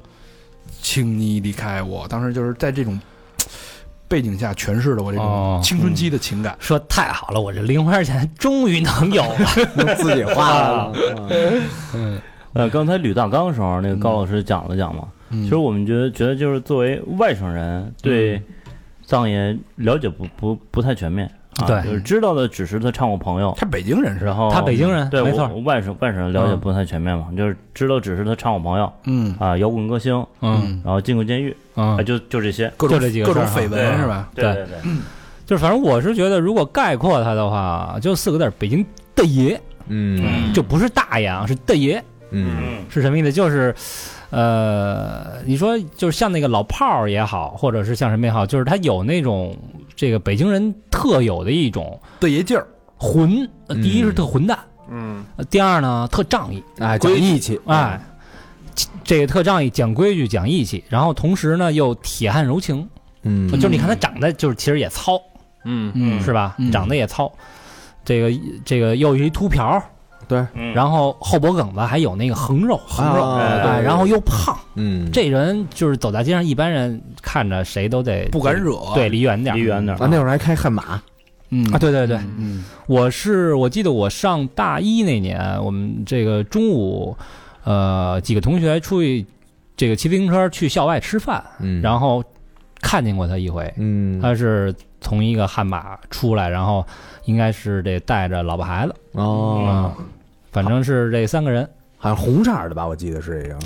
请你离开我。当时就是在这种背景下诠释了我这
哦
种青春期的情感。
说太好了，我这零花钱终于能
<laughs>
有了，嗯
自己画了，
呃，刚才捋大纲的时候，那个高老师讲了讲嘛，
嗯
其实我们觉得觉得就是作为外省人对藏爷了解不不不太全面啊，
对
就是知道的只是他唱过朋友，
他北京人是吧？
然后
他北京人
对，
没错
我我外省外省人了解不太全面嘛，就是知道只是他唱过朋友
嗯
啊，摇滚歌星，
嗯
然后进过监狱，
嗯
啊，，就就这些，
各种
就这几个
各种
事儿哈
绯闻是吧？
对
对对，
就是反正我是觉得，如果概括他的话，就四个字儿：北京的爷，
嗯
就不是大爷啊，是的爷。
嗯
嗯
是什么意思？就是，呃，你说就是像那个老炮儿也好，或者是像什么也好，就是他有那种这个北京人特有的一种
对爷劲儿，
混。呃
嗯
第一是特混蛋，
嗯，
呃第二呢特仗义，
哎，讲义气，
哎，这这个特仗义，讲规矩，讲义气，然后同时呢又铁汉柔情，
嗯
就是你看他长得就是其实也糙，
嗯，
嗯
是吧？
嗯
长得也糙，这个这个又一秃瓢儿，
嗯，
然后后脖梗子还有那个横肉，横肉，
啊
哎
对
哎，
对
然后又胖。
嗯，
这人就是走在街上，一般人看着谁都得
不敢，惹。啊
对，，离远点儿，
离远点
啊，那会儿还开悍马，
嗯
啊，，对对对，
嗯
我是我记得我上大一那年，我们这个中午，呃，几个同学出去这个骑自行车去校外吃饭，
嗯，
然后看见过他一回，
嗯，
他是从一个悍马出来，然后应该是这带着老婆孩子，嗯
哦，
反正是这三个人。
好像红色儿的吧，我记得是一个，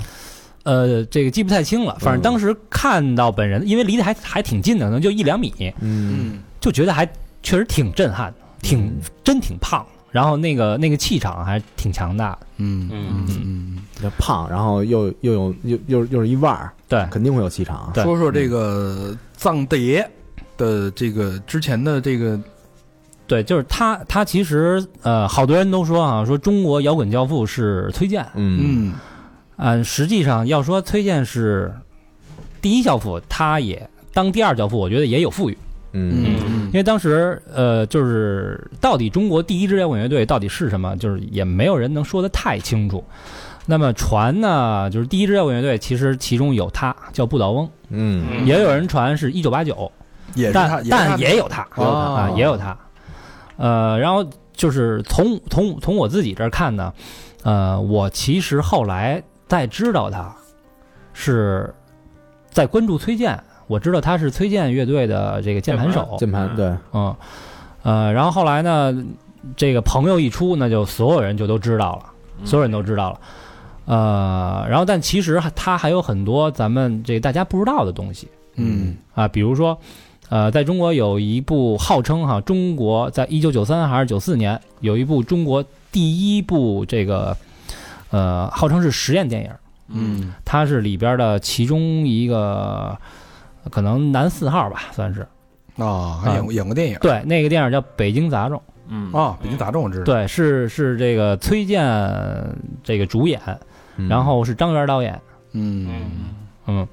呃，这个记不太清了，反
嗯
正当时看到本人，因为离得还还挺近的，可能就一两米，
嗯
嗯
就觉得还确实挺震撼的，挺
嗯
真挺胖，然后那个那个气场还挺强大的。
嗯嗯
就胖，然后又又有又又又是一腕儿，
对，
肯定会有气场。
对
说说这个藏地爷的这个之前的这个
对，就是他，他其实呃，好多人都说啊，说中国摇滚教父是崔健，
嗯
嗯、实际上要说崔健是第一教父，他也当第二教父，我觉得也有富裕，
嗯
因为当时呃，就是到底中国第一支摇滚乐队到底是什么，就是也没有人能说得太清楚。那么传呢，就是第一支摇滚乐队，其实其中有他叫不倒翁。
嗯
也有人传是一九八九，
也是他
但，但
也
也有他
也有他
啊，也有他。呃，然后就是从从从我自己这儿看呢，呃，我其实后来再知道他，是在关注崔健，我知道他是崔健乐队的这个键盘手，
键盘对，
嗯，呃，然后后来呢，这个朋友一出，那就所有人就都知道了，
嗯
所有人都知道了。呃，然后但其实他还有很多咱们这大家不知道的东西，
嗯
啊，比如说，呃，在中国有一部号称哈，中国在一九九三还是九四年有一部中国第一部这个，呃，号称是实验电影，
嗯
它是里边的其中一个，可能男四号吧，算是
啊，还演过演过电影
对那个电影叫《北京杂种
嗯，
啊，北京杂种我知》，道，
对，是是这个崔健这个主演，
嗯
然后是张元导演，
嗯
嗯，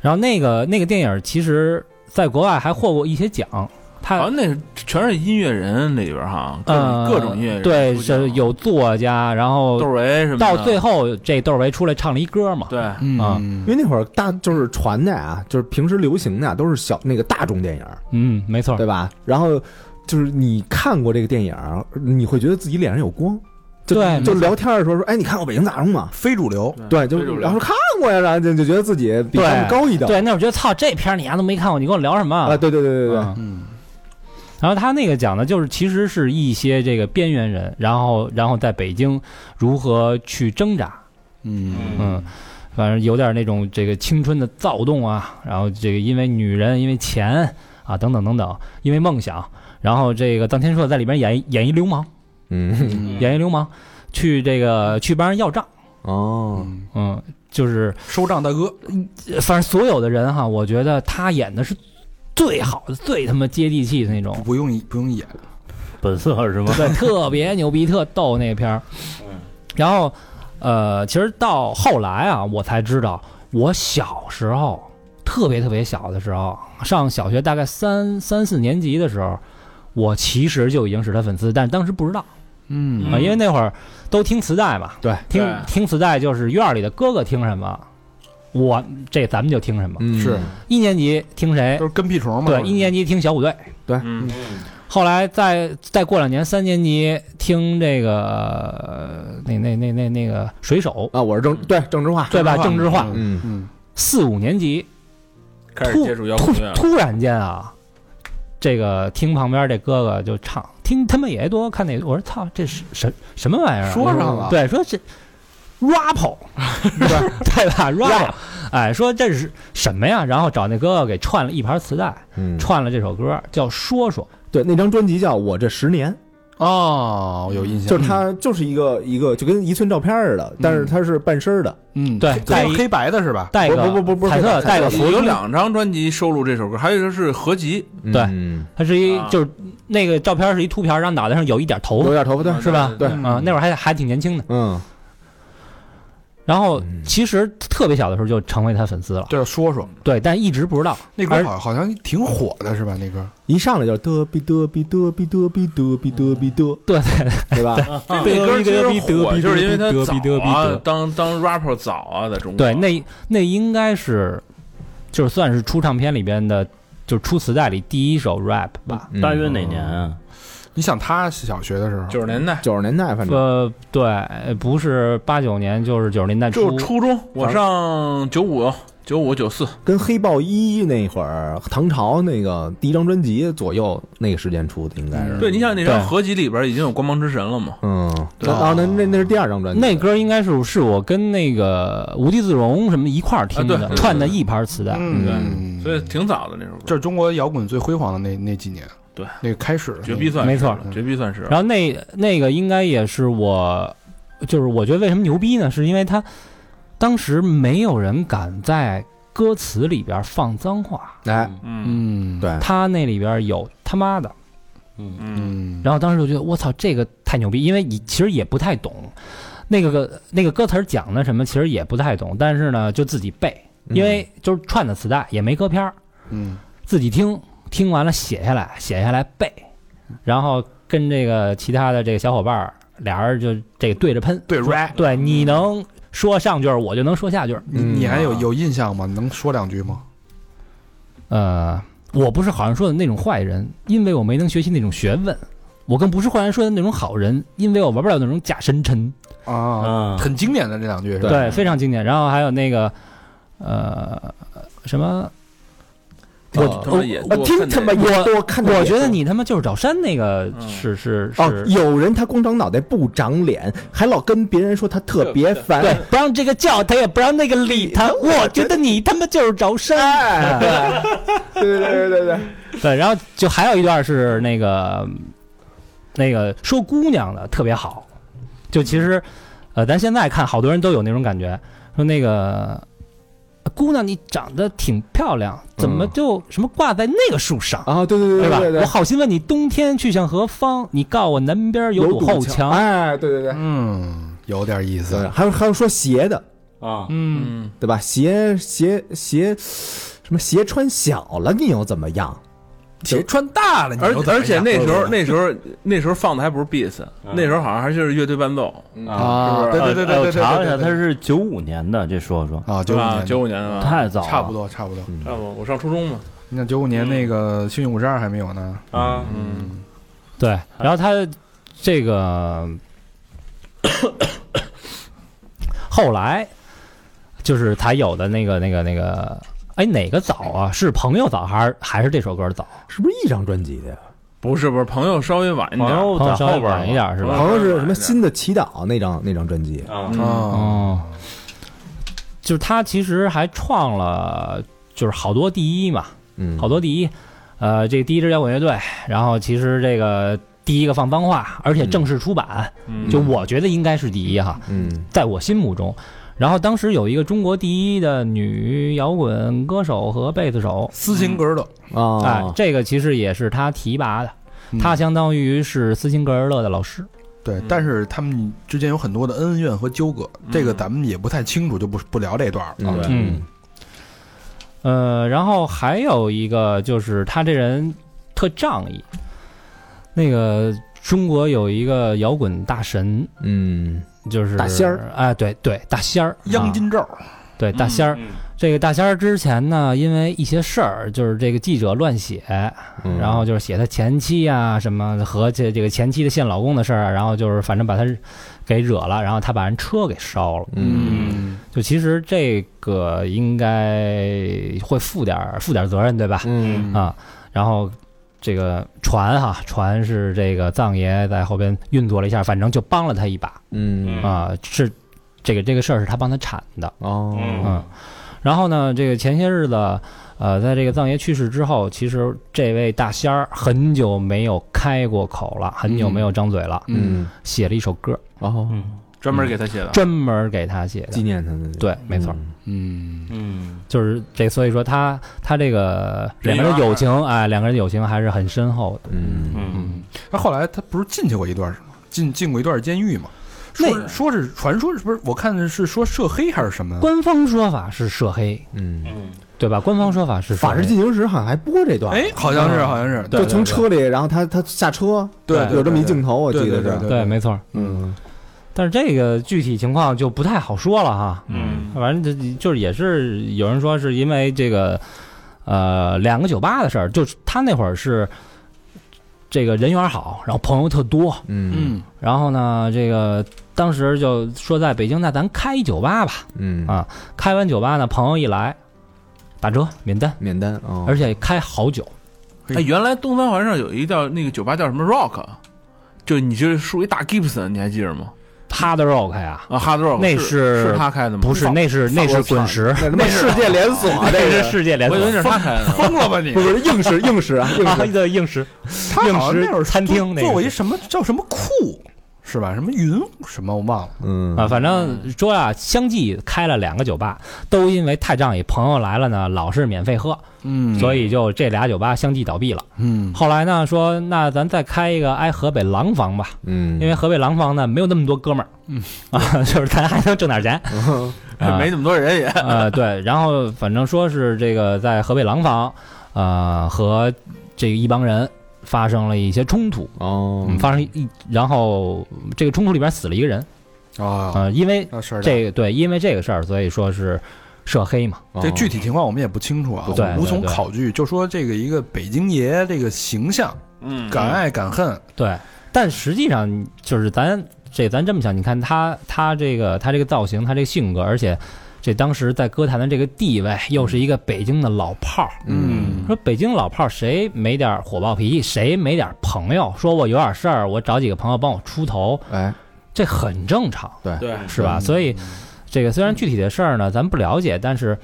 然后那个那个电影其实在国外还获过一些奖，
好
它
像那是全是音乐人里边儿哈，各种
呃
各种音乐人出
对
现了，
是有作家，然后
窦唯什么的，
到最后这窦唯出来唱了一歌嘛，
对，
嗯
因，
啊
为那会儿大就是传的啊，就是平时流行的啊，都是小那个大众电影，
嗯，没错
对，吧？然后就是你看过这个电影，你会觉得自己脸上有光。就
对没
就
错嗯
聊天的时候说，哎，你看过《北京杂种》吗？
非主流，
对，就
非主流
然后说看过呀，然后就就觉得自己比他们高一等。
对，那我觉得操这片儿你丫都没看过，你跟我聊什么
啊，？对对对对对，
嗯
嗯
然后他那个讲的就是，其实是一些这个边缘人，然后然后在北京如何去挣扎，
嗯
嗯，反正有点那种这个青春的躁动啊，然后这个因为女人，因为钱啊，等等等等，因为梦想，然后这个臧天朔在里边演一演一流氓，
嗯，
演一流氓，去这个去帮人要账，
哦，
嗯，
嗯，就是
收账大哥，
呃反正所有的人哈，我觉得他演的是最好的、最他妈接地气的那种，
不用不用演，
本色是吗？
对，特别牛逼，特逗那片儿。然后，呃，其实到后来啊，我才知道，我小时候特别特别小的时候，上小学大概三三四年级的时候，我其实就已经是他粉丝，但当时不知道啊、
嗯
因为那会儿都听磁带嘛，
对，
听
对
听磁带就是院儿里的哥哥听什么，我这咱们就听什么。
嗯
是
一年级听谁
都？是跟屁虫嘛，
对，一年级听小虎队。
嗯，
后来再再过两年，三年级听这个呃那那那那那个水手，
啊，我是郑对郑智化，
对吧？政治化，
嗯，
嗯
四五年级
开始接触摇
突
滚乐了，
突然间啊，这个听旁边这哥哥就唱，听他们也多看那，我说操，这是什什么玩意儿啊？
说上了
对，说这
<laughs>
rap，对吧？rap，哎，说这是什么呀？然后找那哥哥给串了一盘磁带，
嗯，
串了这首歌叫《说说
对，那张专辑叫《我这十年
哦，有印》，象，
嗯
就是它就是一个一个就跟一寸照片似的，但是它是半身儿的，
嗯，
对
带
带一
黑白的是吧？
带个
不不不不是
彩
彩
色
色
带个
我
福
有两张专辑收录这首歌，还有一个是合集，
对
嗯
它是一
啊
就是那个照片是一秃瓢，然后脑袋上有一点头
有
发
点头发对，
是吧？
对
嗯
啊，那会儿还还挺年轻的。
嗯，
然后
嗯
其实特别小的时候就成为他粉丝了，
对，说说
对，但一直不知
嗯
道。
那歌
而
好好像挺火的是吧？那歌
一上来就嘚逼嘚逼嘚逼嘚逼嘚逼嘚逼嘚，
对对对
对
<laughs>
吧？
这歌其实火，就是因为它
得
早
比得比
啊
得，
当当 rapper 早啊，在中国。
对，那那应该是就是算是出唱片里边的，就是出磁带里第一首 rap 吧。
嗯
大约哪年啊？
你想他小学的时候，
九十年代，
九十年代，反正
呃，对，呃不是八九年，就是九十年代初
就。是初中，我上九五、九五、九四，
跟黑豹一那会儿，唐朝那个第一张专辑左右那个时间出的，应该是。
嗯
对，你想那张
对
合集里边已经有光芒之神了嘛？
嗯，
对
啊，那那那是第二张专辑，
那歌应该是是我跟那个无地自容什么一块儿听
啊对
的，
对
串的一盘磁带。
嗯，
所以挺早的那首歌，
这是中国摇滚最辉煌的那那几年，
对，
那个开始的那
绝逼
个
算
没错
是绝逼算是。
然后那那个应该也是我，就是我觉得为什么牛逼呢？是因为他当时没有人敢在歌词里边放脏话，
哎，
嗯
嗯，
对，
他那里边有他妈的。
嗯，
嗯，
然后当时就觉得我操，这个太牛逼，因为你其实也不太懂那个那个歌词儿讲的什么，其实也不太懂，但是呢就自己背，因为就是串的磁带也没歌片儿，
嗯，
自己听，听完了写下来，写下来背，然后跟这个其他的这个小伙伴儿俩人就这个对着喷，
对 rap，
对，你能说上句儿，我就能说下句儿。
你
嗯
你还有
啊
有印象吗？能说两句吗？
呃，我不是好人说的那种坏人，因为我没能学习那种学问；我更不是坏人说的那种好人，因为我玩不了那种假深沉。
啊
啊
很经典的这两句是吧？
对，非常经典。然后还有那个，呃，什么？
我他妈也
啊听他妈，
我
我看着也
我觉得
是
你他妈就是找山那个
嗯
是是
哦，
是，
有人他光长脑袋不长脸，还老跟别人说他特别烦，
对，不让这个叫他，也不让那个理他。我觉得你他妈就是找山。
哎，对对对对对
<laughs> 对，然后就还有一段是那个那个说姑娘的特别好，就其实呃，咱现在看好多人都有那种感觉，说那个。姑娘，你长得挺漂亮，怎么
嗯
就什么挂在那个树上？
啊，对对对
吧？
对对
我，好心问你，冬天去向何方？你告我南边
有
堵后
墙，。哎，对对对
嗯，有点意
对，
思，
还有还有说鞋的，
啊，
嗯，
嗯，
对吧？鞋鞋鞋，什么鞋穿小了，你又怎么样？
鞋穿大了，你
而
又怎么
而且
样
那时候那时候那时候放的还不是 beats，
嗯
那时候好像还就是乐队伴奏，
啊，
是
对
不
对对对
呃
对对，
我查了一下，
对
他是九五年的，这说说
啊，
对
九五
吧？
年
九五年啊，
太早了，
差不多差不多。
差不多，我上初中嘛。
你想九五年那个《幸运五十二》还没有呢，
啊，
嗯，
对，然后他这个后来就是才有的那个那个那个，哎，哪个早啊？是朋友早还是还是这首歌早？
是不是一张专辑的呀？
不是不是，朋友稍微晚一
朋
点儿，
友
朋友
在
稍
后
微
边儿
晚一点是吧？
好像是什么新的祈祷那张那张专辑，
啊，
嗯，
啊，
哦，就是他其实还创了就是好多第一嘛，
嗯，
好多第一，呃，这个第一支摇滚乐队，然后其实这个第一个放脏话，而且正式出版，
嗯
就我觉得应该是第一哈，
嗯
在我心目中。然后当时有一个中国第一的女摇滚歌手和贝斯手，
斯琴格尔斗，
啊，
哎，这个其实也是他提拔的，
嗯
他相当于是斯琴格尔勒的老师。
对，但是他们之间有很多的恩怨和纠葛，这个咱们也不太清楚，就不不聊这段儿了。
嗯
呃，然后还有一个就是他这人特仗义。那个中国有一个摇滚大神，
嗯，
就是
大仙儿，
哎，对对，大仙儿，
央
啊
金咒，
对大仙儿。这个大仙儿之前呢，因为一些事儿，就是这个记者乱写，
嗯
然后就是写他前妻啊什么和这这个前妻的现老公的事儿啊，然后就是反正把他给惹了，然后他把人车给烧了。
嗯
嗯，
就其实这个应该会负点儿负点儿责任，对吧？
嗯
啊，然后这个船哈，船是这个藏爷在后边运作了一下，反正就帮了他一把
嗯
嗯
啊，是这个这个事儿是他帮他铲的。
哦
嗯，然后呢，这个前些日子，呃，在这个藏爷去世之后，其实这位大仙儿很久没有开过口了，很久没有张嘴了，
嗯
写了一首歌，
哦，
嗯
专门给他写的。
专门给他写
纪
的。
念他的
对，没错，
嗯，
嗯
就是这，所以说他他这个
人
两
缘
个人友情啊，哎两个人友情还是很深厚的。
嗯
嗯
他后来他不是进去过一段什么，进进过一段监狱嘛？说
那
说是传说是不是？我看是说涉黑还是什么？
官方说法是涉黑，
嗯，
嗯
对吧？官方说法是
《
涉
法
黑
制进行时》好像还播这段，
哎，好像是，好像是，
就从车里，然后他他下车，
对对
有这么一
对
镜头，我记得
对
是，
对，没错。
嗯
但是这个具体情况就不太好说了哈。
嗯
反正这就是也是有人说是因为这个，呃，两个酒吧的事儿，就是他那会儿是这个人缘好，然后朋友特多，
嗯
嗯
然后呢，这个当时就说在北京，那咱开一酒吧吧。
嗯
啊开完酒吧呢，朋友一来，打折免单，
免单啊，
而且开好酒。
哎，原来东三环上有一叫那个酒吧叫什么 Rock，就你就是属于大 Gibson，你还记着吗？
他的 rock 呀，
啊，Hard Rock
那
是
是
是他开的吗？
不是，那是那是滚石，
那他妈世界连锁，啊
<laughs> 那
这
是
个
世界联
我
合
以为那是他开的。
疯了吧你
<laughs> 不？是硬是硬是啊，
<laughs>
硬
啊，
是
的硬石。
他好像那会儿
餐厅那
做
个
过一
是
什么叫什么库是吧？什么云什么我忘了。
嗯
啊，反正说啊，相继开了两个酒吧，都因为太仗义，朋友来了呢，老是免费喝，
嗯
所以就这俩酒吧相继倒闭了。
嗯
后来呢，说那咱再开一个挨河北廊坊吧，
嗯
因为河北廊坊呢没有那么多哥们儿，
嗯
<laughs> 啊，就是咱还能挣点钱，啊
没那么多人也。
呃，对，然后反正说是这个在河北廊坊，呃，和这一帮人发生了一些冲突，
哦
嗯，发生一，然后这个冲突里边死了一个人，
啊，
呃，因为
那事儿大
这个对，因为这个事儿，所以说是涉黑嘛，
哦
这具体情况我们也不清楚啊，
对对
无从
对
考据。就说这个一个北京爷这个形象，
嗯
敢爱敢恨，
对。但实际上就是咱这咱这么想，你看他他这个他这个造型，他这个性格，而且这当时在歌坛的这个地位，又是一个北京的老炮儿。
嗯
说北京老炮儿谁没点儿火爆脾气，谁没点儿朋友？说我有点事儿，我找几个朋友帮我出头，
哎
这很正常，
对，
是
嗯
吧？所以这个虽然具体的事儿呢咱不了解，但是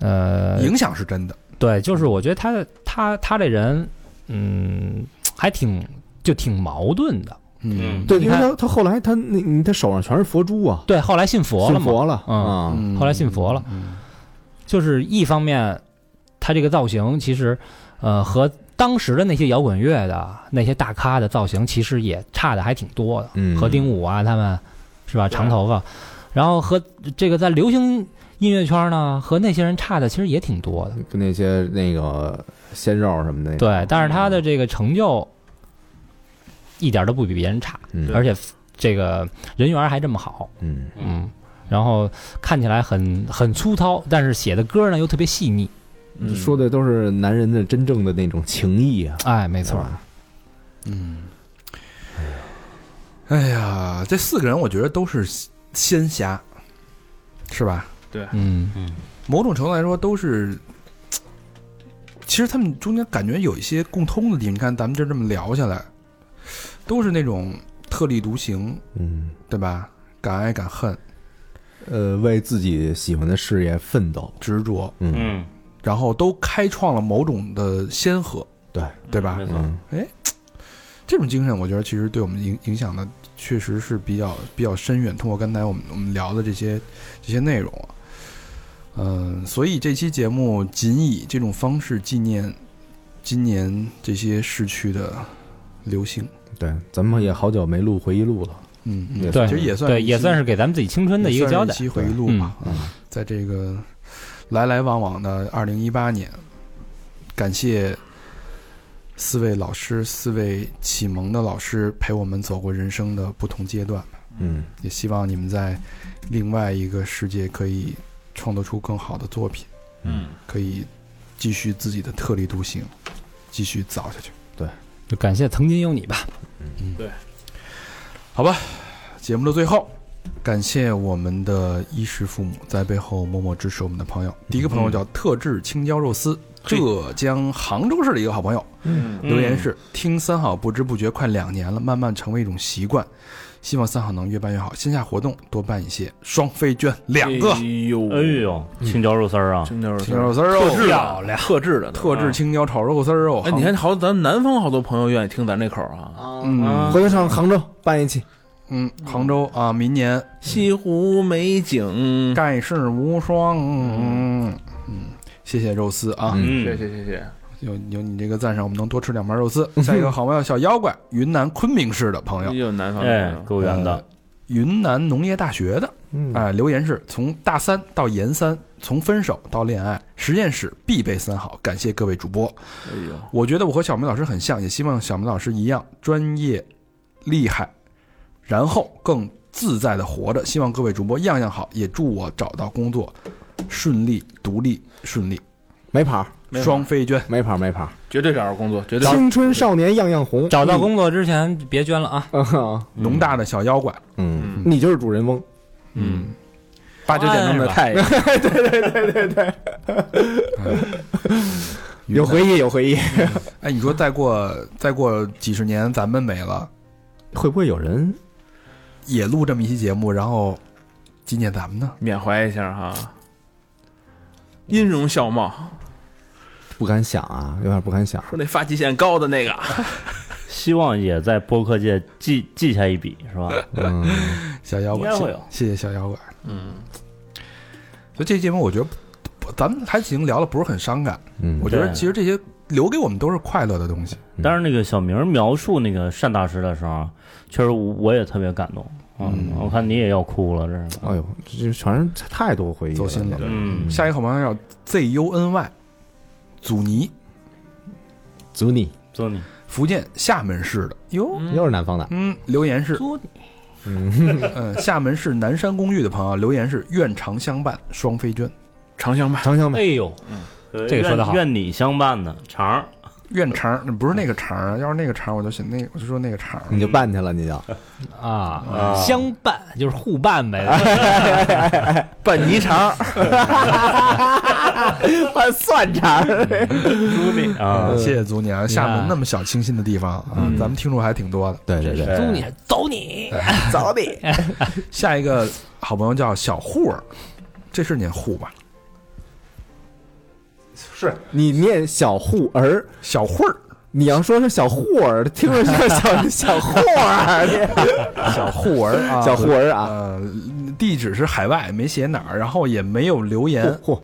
呃，
影响是真的。
对，就是我觉得他他他这人，嗯，还挺就挺矛盾的。
嗯
对，
你
因为
看
他他后来他那你他手上全是佛珠啊，
对，后来信佛
信
了嘛，
佛了
嗯
啊，
嗯
后来信佛了，就是一方面，他这个造型其实，呃，和当时的那些摇滚乐的那些大咖的造型其实也差的还挺多的，
嗯
何丁武啊他们，是吧？长头发，然后和这个在流行音乐圈呢，和那些人差的其实也挺多的。
跟那些那个鲜肉什么的，，
对，但是他
嗯
的这个成就一点都不比别人差，
嗯
而且这个人缘还这么好，
嗯
嗯，然后看起来很很粗糙，但是写的歌呢又特别细腻，
嗯
嗯
说的都是男人的真正的那种情谊啊，
哎，没错
对
儿，
吧
嗯，哎呀，这四个人我觉得都是仙侠，是吧？
嗯，
某种程度来说都是，其实他们中间感觉有一些共通的地方。你看咱们就这么聊下来，都是那种特立独行，
嗯。
对吧？敢爱敢恨，
呃，为自己喜欢的事业奋斗，
执着，
嗯，
嗯，
然后都开创了某种的先河，
对
对吧？
没错，
嗯
这种精神，我觉得其实对我们影影响的确实是比较比较深远。通过刚才我们我们聊的这些这些内容啊，嗯，所以这期节目仅以这种方式纪念今年这些逝去的流星。
对，咱们也好久没录回忆录了，
嗯，
也
嗯
对，
其实也算
对，
一
也
期
算是给咱们自己青春的一个
也算是
交代
一。期回忆录吧。
嗯
在这个来来往往的二零一八年，感谢四位老师、四位启蒙的老师陪我们走过人生的不同阶段。
嗯，
也希望你们在另外一个世界可以创作出更好的作品，
嗯，
可以继续自己的特立独行，继续造下去，
就感谢曾经有你吧，
好吧？节目的最后，感谢我们的衣食父母在背后默默支持我们的朋友。第一个朋友叫特制青椒肉丝，浙江杭州市的一个好朋友，
嗯
留言是：听三好不知不觉快两年了，慢慢成为一种习惯。希望三好能越办越好，线下活动多办一些，双飞券两个
哎，呦，
哎呦，青椒肉丝儿啊，
青椒
青椒肉丝儿
特制
肉，
漂亮，特制的呢啊
特制青椒炒肉丝儿肉。
哎，你看好，咱南方好多朋友愿意听咱这口儿啊。
嗯
回头上杭州办一期，
嗯，杭州啊，明年
西湖美景，
盖世无双。嗯嗯，谢谢肉丝啊，
嗯
谢
嗯，
谢谢谢。
有有你这个赞赏，我们能多吃两盘肉丝。下一个好朋友小妖怪，云南昆明市的朋
哎
友，呃
呦，南方
哎，
的
够远
嗯
的，
云南农业大学的。
嗯，
哎，留言是从大三到研三，从分手到恋爱，实验室必备三好。感谢各位主播，
哎呦，
我觉得我和小明老师很像，也希望小明老师一样专业、厉害，然后更自在的活着。希望各位主播样样好，也祝我找到工作顺利、独立顺利，
没跑儿，
没法
双飞娟。
没跑儿，没跑儿。
绝对找着工作，绝对
青春少年样样红，
找到工作之前别捐了啊！
嗯，
农大的小妖怪，
嗯，你就是主人翁，
嗯，
八九点钟
哎
的太阳，
有回忆，有回忆。
哎，你说再过再过几十年，咱们没了，
会不会有人
也录这么一期节目，然后纪念咱们呢？
缅怀一下哈。音容笑貌，
不敢想啊？有点不敢想。
说那发际线高的那个，
希望也在播客界记记下一笔，是吧？
嗯，
小妖怪，
应该
谢
会有
谢谢小妖怪。
嗯，
所以这期节目我觉得不，咱们还行，聊的不是很伤感。
嗯
我觉得
对
其实这些留给我们都是快乐的东西。
但是那个小明描述那个单大师的时候，确实我也特别感动。嗯，我看你也要哭了，这是。
哎呦，这全是太多回忆
走心了
了。
嗯，
下一个好朋友叫 Z U N Y，祖尼，
祖你
祝你
福建厦门市的哟。
又是南方的，
嗯，留言是，嗯，厦门市南山公寓的朋友留言是愿常相伴，双飞娟，
长相吧，
尝尝呗。
哎呦，这个说得好
愿愿你相伴呢，肠儿。
愿肠那不是那个肠儿，要是那个肠儿我就写那个，我就说那个肠儿。
你就办去了，你就
啊，相伴就是互伴呗。
拌泥肠，
换蒜肠。
啊，
嗯
谢谢祖尼啊，厦门那么小清新的地方啊，咱们听众还挺
<laughs>
多的。
对对对，
祝你走你，
<laughs> 下一个好朋友叫小户儿，这是念户吧？
是你念小户儿，
小户儿，
你要说是小户儿，听着像小小户儿，啊
小户儿
<laughs>
啊，
小户儿啊，
呃，地址是海外，没写哪儿，然后也没有留言。
户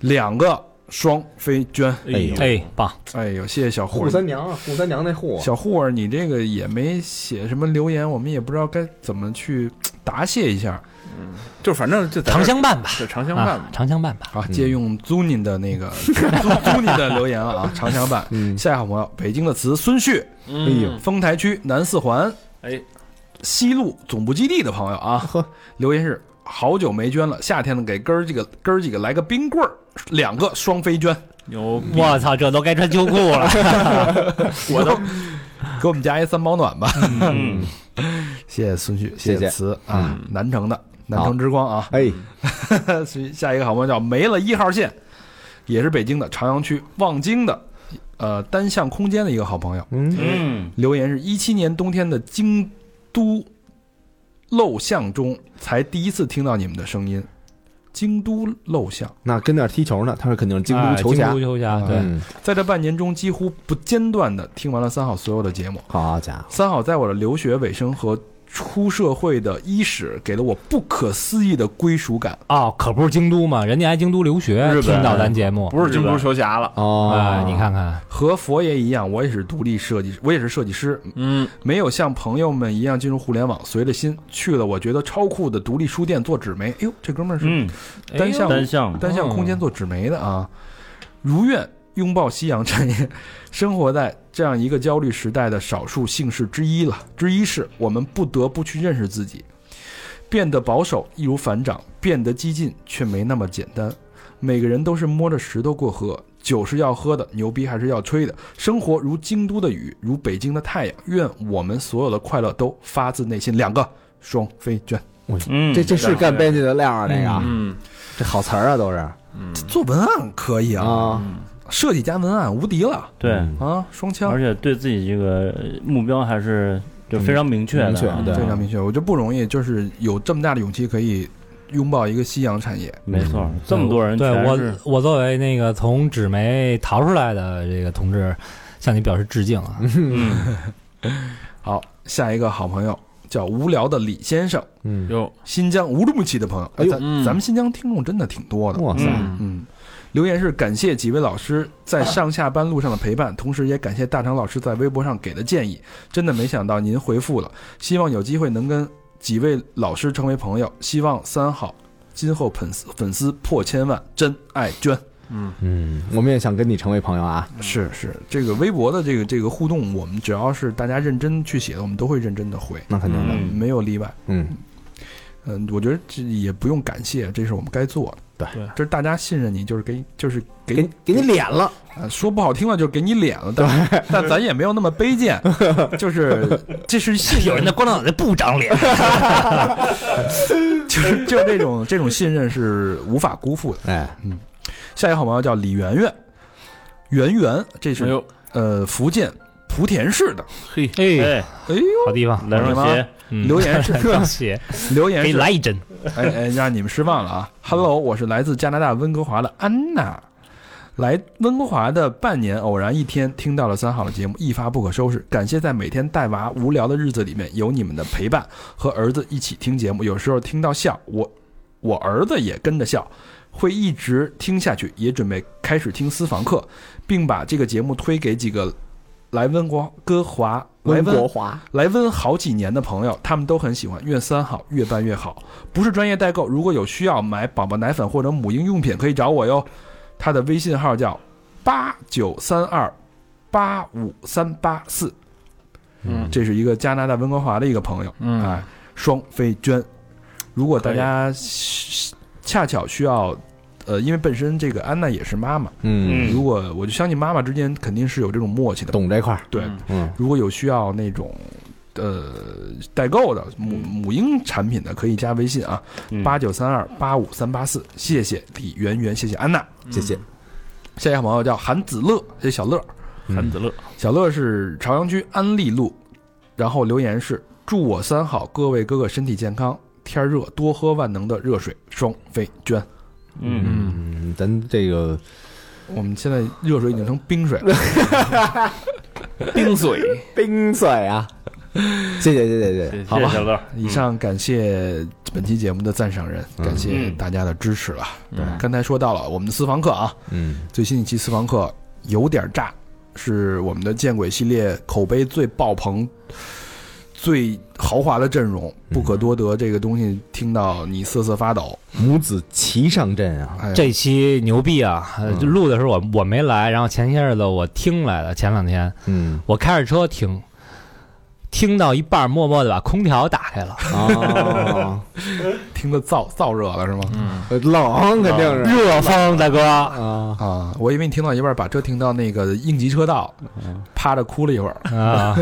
两个双飞娟，
哎呦
哎，棒！
哎呦，谢谢小户
户
儿。
三娘，户三娘那户，
小户儿，你这个也没写什么留言，我们也不知道该怎么去答谢一下。
就反正就在这
长相伴吧，
就长相伴
啊
吧，，
长相伴吧。
好，
嗯
借用 Zunin 的那个 <laughs> Zunin 的留言了啊，长相伴。
嗯
下一个好朋友，北京的词孙旭，
哎
呦，
丰台区南四环
哎，
西路总部基地的朋友啊，
呵，
留言是好久没捐了，夏天呢给哥儿几个哥儿几个来个冰棍儿，两个双飞捐，
牛逼，
我操，这都该穿秋裤了。
我都 <laughs> 给我们家一三保暖吧。
嗯，
<laughs> 谢谢孙旭，
谢谢
谢词啊，南城的南城之光啊。 <laughs>
哎，
所以下一个好朋友叫没了一号线，也是北京的朝阳区望京的，呃，单向空间的一个好朋友，
嗯，
嗯，
留言是一七年冬天的京都陋巷中才第一次听到你们的声音，京都陋巷。
那跟那儿踢球呢，他是肯定是京都球
哎
侠
京都，球侠，对，
嗯，
在这半年中，几乎不间断的听完了三好所有的节目。
好家伙，
三好在我的留学尾声和出社会的伊始，给了我不可思议的归属感。
哦，可不是京都嘛，人家来京都留学，
日本
听到咱节目，
不是京都球侠了，
哦
啊，，你，看看，
和佛爷一样，我也是独立设计，我也是设计师，
嗯，
没有像朋友们一样进入互联网，随着心去了我觉得超酷的独立书店做纸媒。哎呦，这哥们儿是
嗯，
单向、
单向，
单向空间做纸媒的啊！如愿拥抱夕阳产业，生活在这样一个焦虑时代的少数姓氏之一了。之一是我们不得不去认识自己，变得保守易如反掌，变得激进却没那么简单。每个人都是摸着石头过河，酒是要喝的，牛逼还是要吹的。生活如京都的雨，如北京的太阳。愿我们所有的快乐都发自内心。两个双飞卷，
嗯，
这这是干编辑的料啊，这个
嗯，
这好词儿啊，都是
做文案可以啊。
啊，
设计加文案无敌了
对，
嗯
啊，双枪
而且对自己这个呃目标还是就非常明确的啊，
明确对
非常明确，我觉得不容易，就是有这么大的勇气可以拥抱一个夕阳产业，
没错，这么多人
对
全
我
是，
我作为那个从纸媒逃出来的这个同志，向你表示致敬啊！
嗯，
好，下一个好朋友叫无聊的李先生，
嗯，
哟，
新疆乌鲁木齐的朋友，
哎呦
咱
嗯
咱们新疆听众真的挺多的。
哇塞，
嗯
嗯，留言是感谢几位老师在上下班路上的陪伴，同时也感谢大成老师在微博上给的建议，真的没想到您回复了，希望有机会能跟几位老师成为朋友，希望三好今后粉丝粉丝破千万，真爱捐。
嗯，
嗯，我们也想跟你成为朋友啊，
是是，这个微博的这个这个互动，我们只要是大家认真去写的，我们都会认真的回，
那肯定的，
嗯
没有例外。
嗯，
嗯，我觉得这也不用感谢，这是我们该做的。
对
就是大家信任你，就是给，就是给
给给你脸了，
啊，说不好听了就是给你脸了，但 <laughs> 但咱也没有那么卑
<laughs>
贱，就是这是信任，
光头脑袋不长脸，
就是就这种这种信任是无法辜负的。
哎，
下一个好朋友叫李媛媛，媛媛，这
哎
是
呦，
呃福建莆田市的，
嘿，
哎，
哎，
哎呦，
好地方，
来双鞋，
嗯
<laughs>
留言是
双鞋，
留言
给
是
来一针。
哎哎，让你们失望了啊！Hello，我是来自加拿大温哥华的安娜。来温哥华的半年，偶然一天听到了三好的节目，一发不可收拾。感谢在每天带娃无聊的日子里面有你们的陪伴，和儿子一起听节目，有时候听到笑，我我儿子也跟着笑，会一直听下去，也准备开始听私房课，并把这个节目推给几个来温国哥华来
温
温
国华，
来温好几年的朋友，他们都很喜欢，越三好越办越好。不是专业代购，如果有需要买宝宝奶粉或者母婴用品，可以找我哟。他的微信号叫八九三二八五三八四，
嗯
这是一个加拿大温哥华的一个朋友，
嗯
哎，双飞娟。如果大
可以
家需恰巧需要，呃，因为本身这个安娜也是妈妈，
嗯，
如果我就相信妈妈之间肯定是有这种默契的，
懂这块儿，
对，
嗯
嗯，
如果有需要那种呃代购的母母婴产品的，可以加微信啊，
嗯
八九三二八五三八四，谢谢李媛媛，谢谢安娜。
谢谢，
下一个好朋友叫韩子乐，谢谢小乐，
韩子乐，
小乐是朝阳区安利路，然后留言是祝我三好，各位哥哥身体健康，天热多喝万能的热水，双飞娟。
嗯，
嗯，咱这个
我们现在热水已经成冰水了，
冰嘴，
冰水啊，谢谢谢谢谢谢，
谢谢
好吧
谢谢小乐，嗯
以上感谢本期节目的赞赏人，感谢大家的支持了。
嗯
对，刚才说到了我们的私房课啊，
嗯，
最新一期私房课有点炸，是我们的见鬼系列口碑最爆棚、最豪华的阵容，
嗯
不可多得。这个东西听到你瑟瑟发抖，
母子齐上阵啊，
哎，
<laughs> 这期牛逼啊！呃就录的时候我我没来，然后前些日子我听来的，前两天
嗯，
我开着车听，听到一半，默默的把空调打开了，
哦，
听得燥燥热了是吗？
嗯，
冷肯定是
热风大哥，
啊，
啊，我以为你听到一半把车停到那个应急车道，
嗯
趴着哭了一会儿。
啊，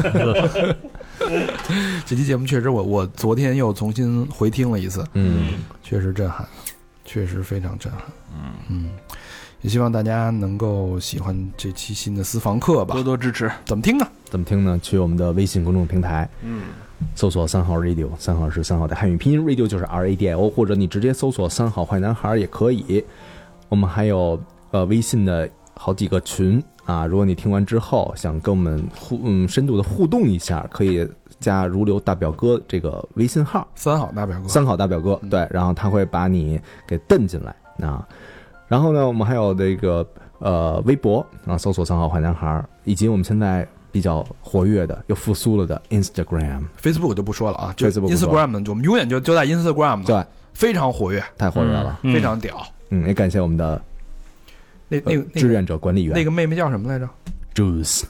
这期节目确实我，我昨天又重新回听了一次，
嗯，
确实震撼，确实非常震撼。嗯也希望大家能够喜欢这期新的私房课吧
多。多支持，
怎么听呢？
怎么听呢？去我们的微信公众平台，
嗯，
搜索三号 radio，三号是三号的汉语拼音，radio 就是 R A D I O，或者你直接搜索三好坏男孩也可以。我们还有呃微信的好几个群啊，如果你听完之后想跟我们互嗯深度的互动一下，可以加如流大表哥这个微信号，
三好大表哥，
三好大表哥，对，然后他会把你给蹬进来啊。然后呢，我们还有这个呃微博啊，搜索三好坏男孩儿，以及我们现在比较活跃的又复苏了的 Instagram，
Facebook 就不说了啊，就
Facebook 不说
Instagram，我们永远就就在 Instagram 呢，
对，
非常活跃，
太活跃了。
嗯
非常屌。
嗯，也感谢我们的
那
呃
那个
志
那个
愿者管理员
那个妹妹叫什么来着
Juice，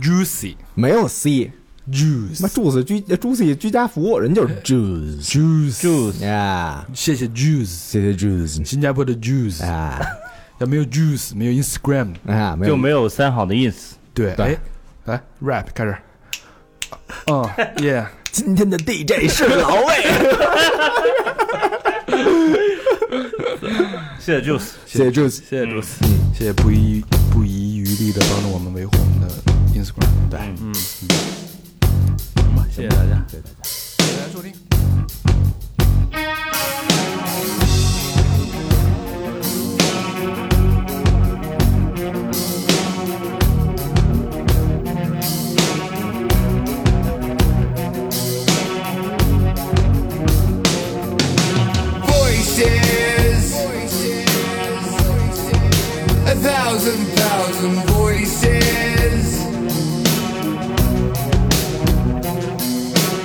？Juicy
没有 C，
Juice，
妈 Juice 居 Juicy 居家服务人就是 Juice
Juice，
呀，
谢谢 Juice，
谢谢 Juice
新加坡的 Juice，
啊
要没有 Juice，没有 Instagram，
啊，没有
就没有三好的意思，
对，
对
哎，来 rap 开始，嗯 <laughs> ，Yeah，
今天的 DJ 是老
<laughs>
魏，
谢谢 Juice。
谢谢 Juice。
谢谢主持。
嗯谢谢不一不遗余力的帮着我们维护我们的 Instagram。对，嗯
嗯，行吧，谢谢大家。
谢谢大家收听。
voices. A thousand, thousand voices.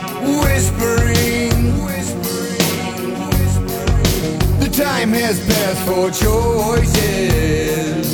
Whispering, whispering, whispering. The time has passed for choices.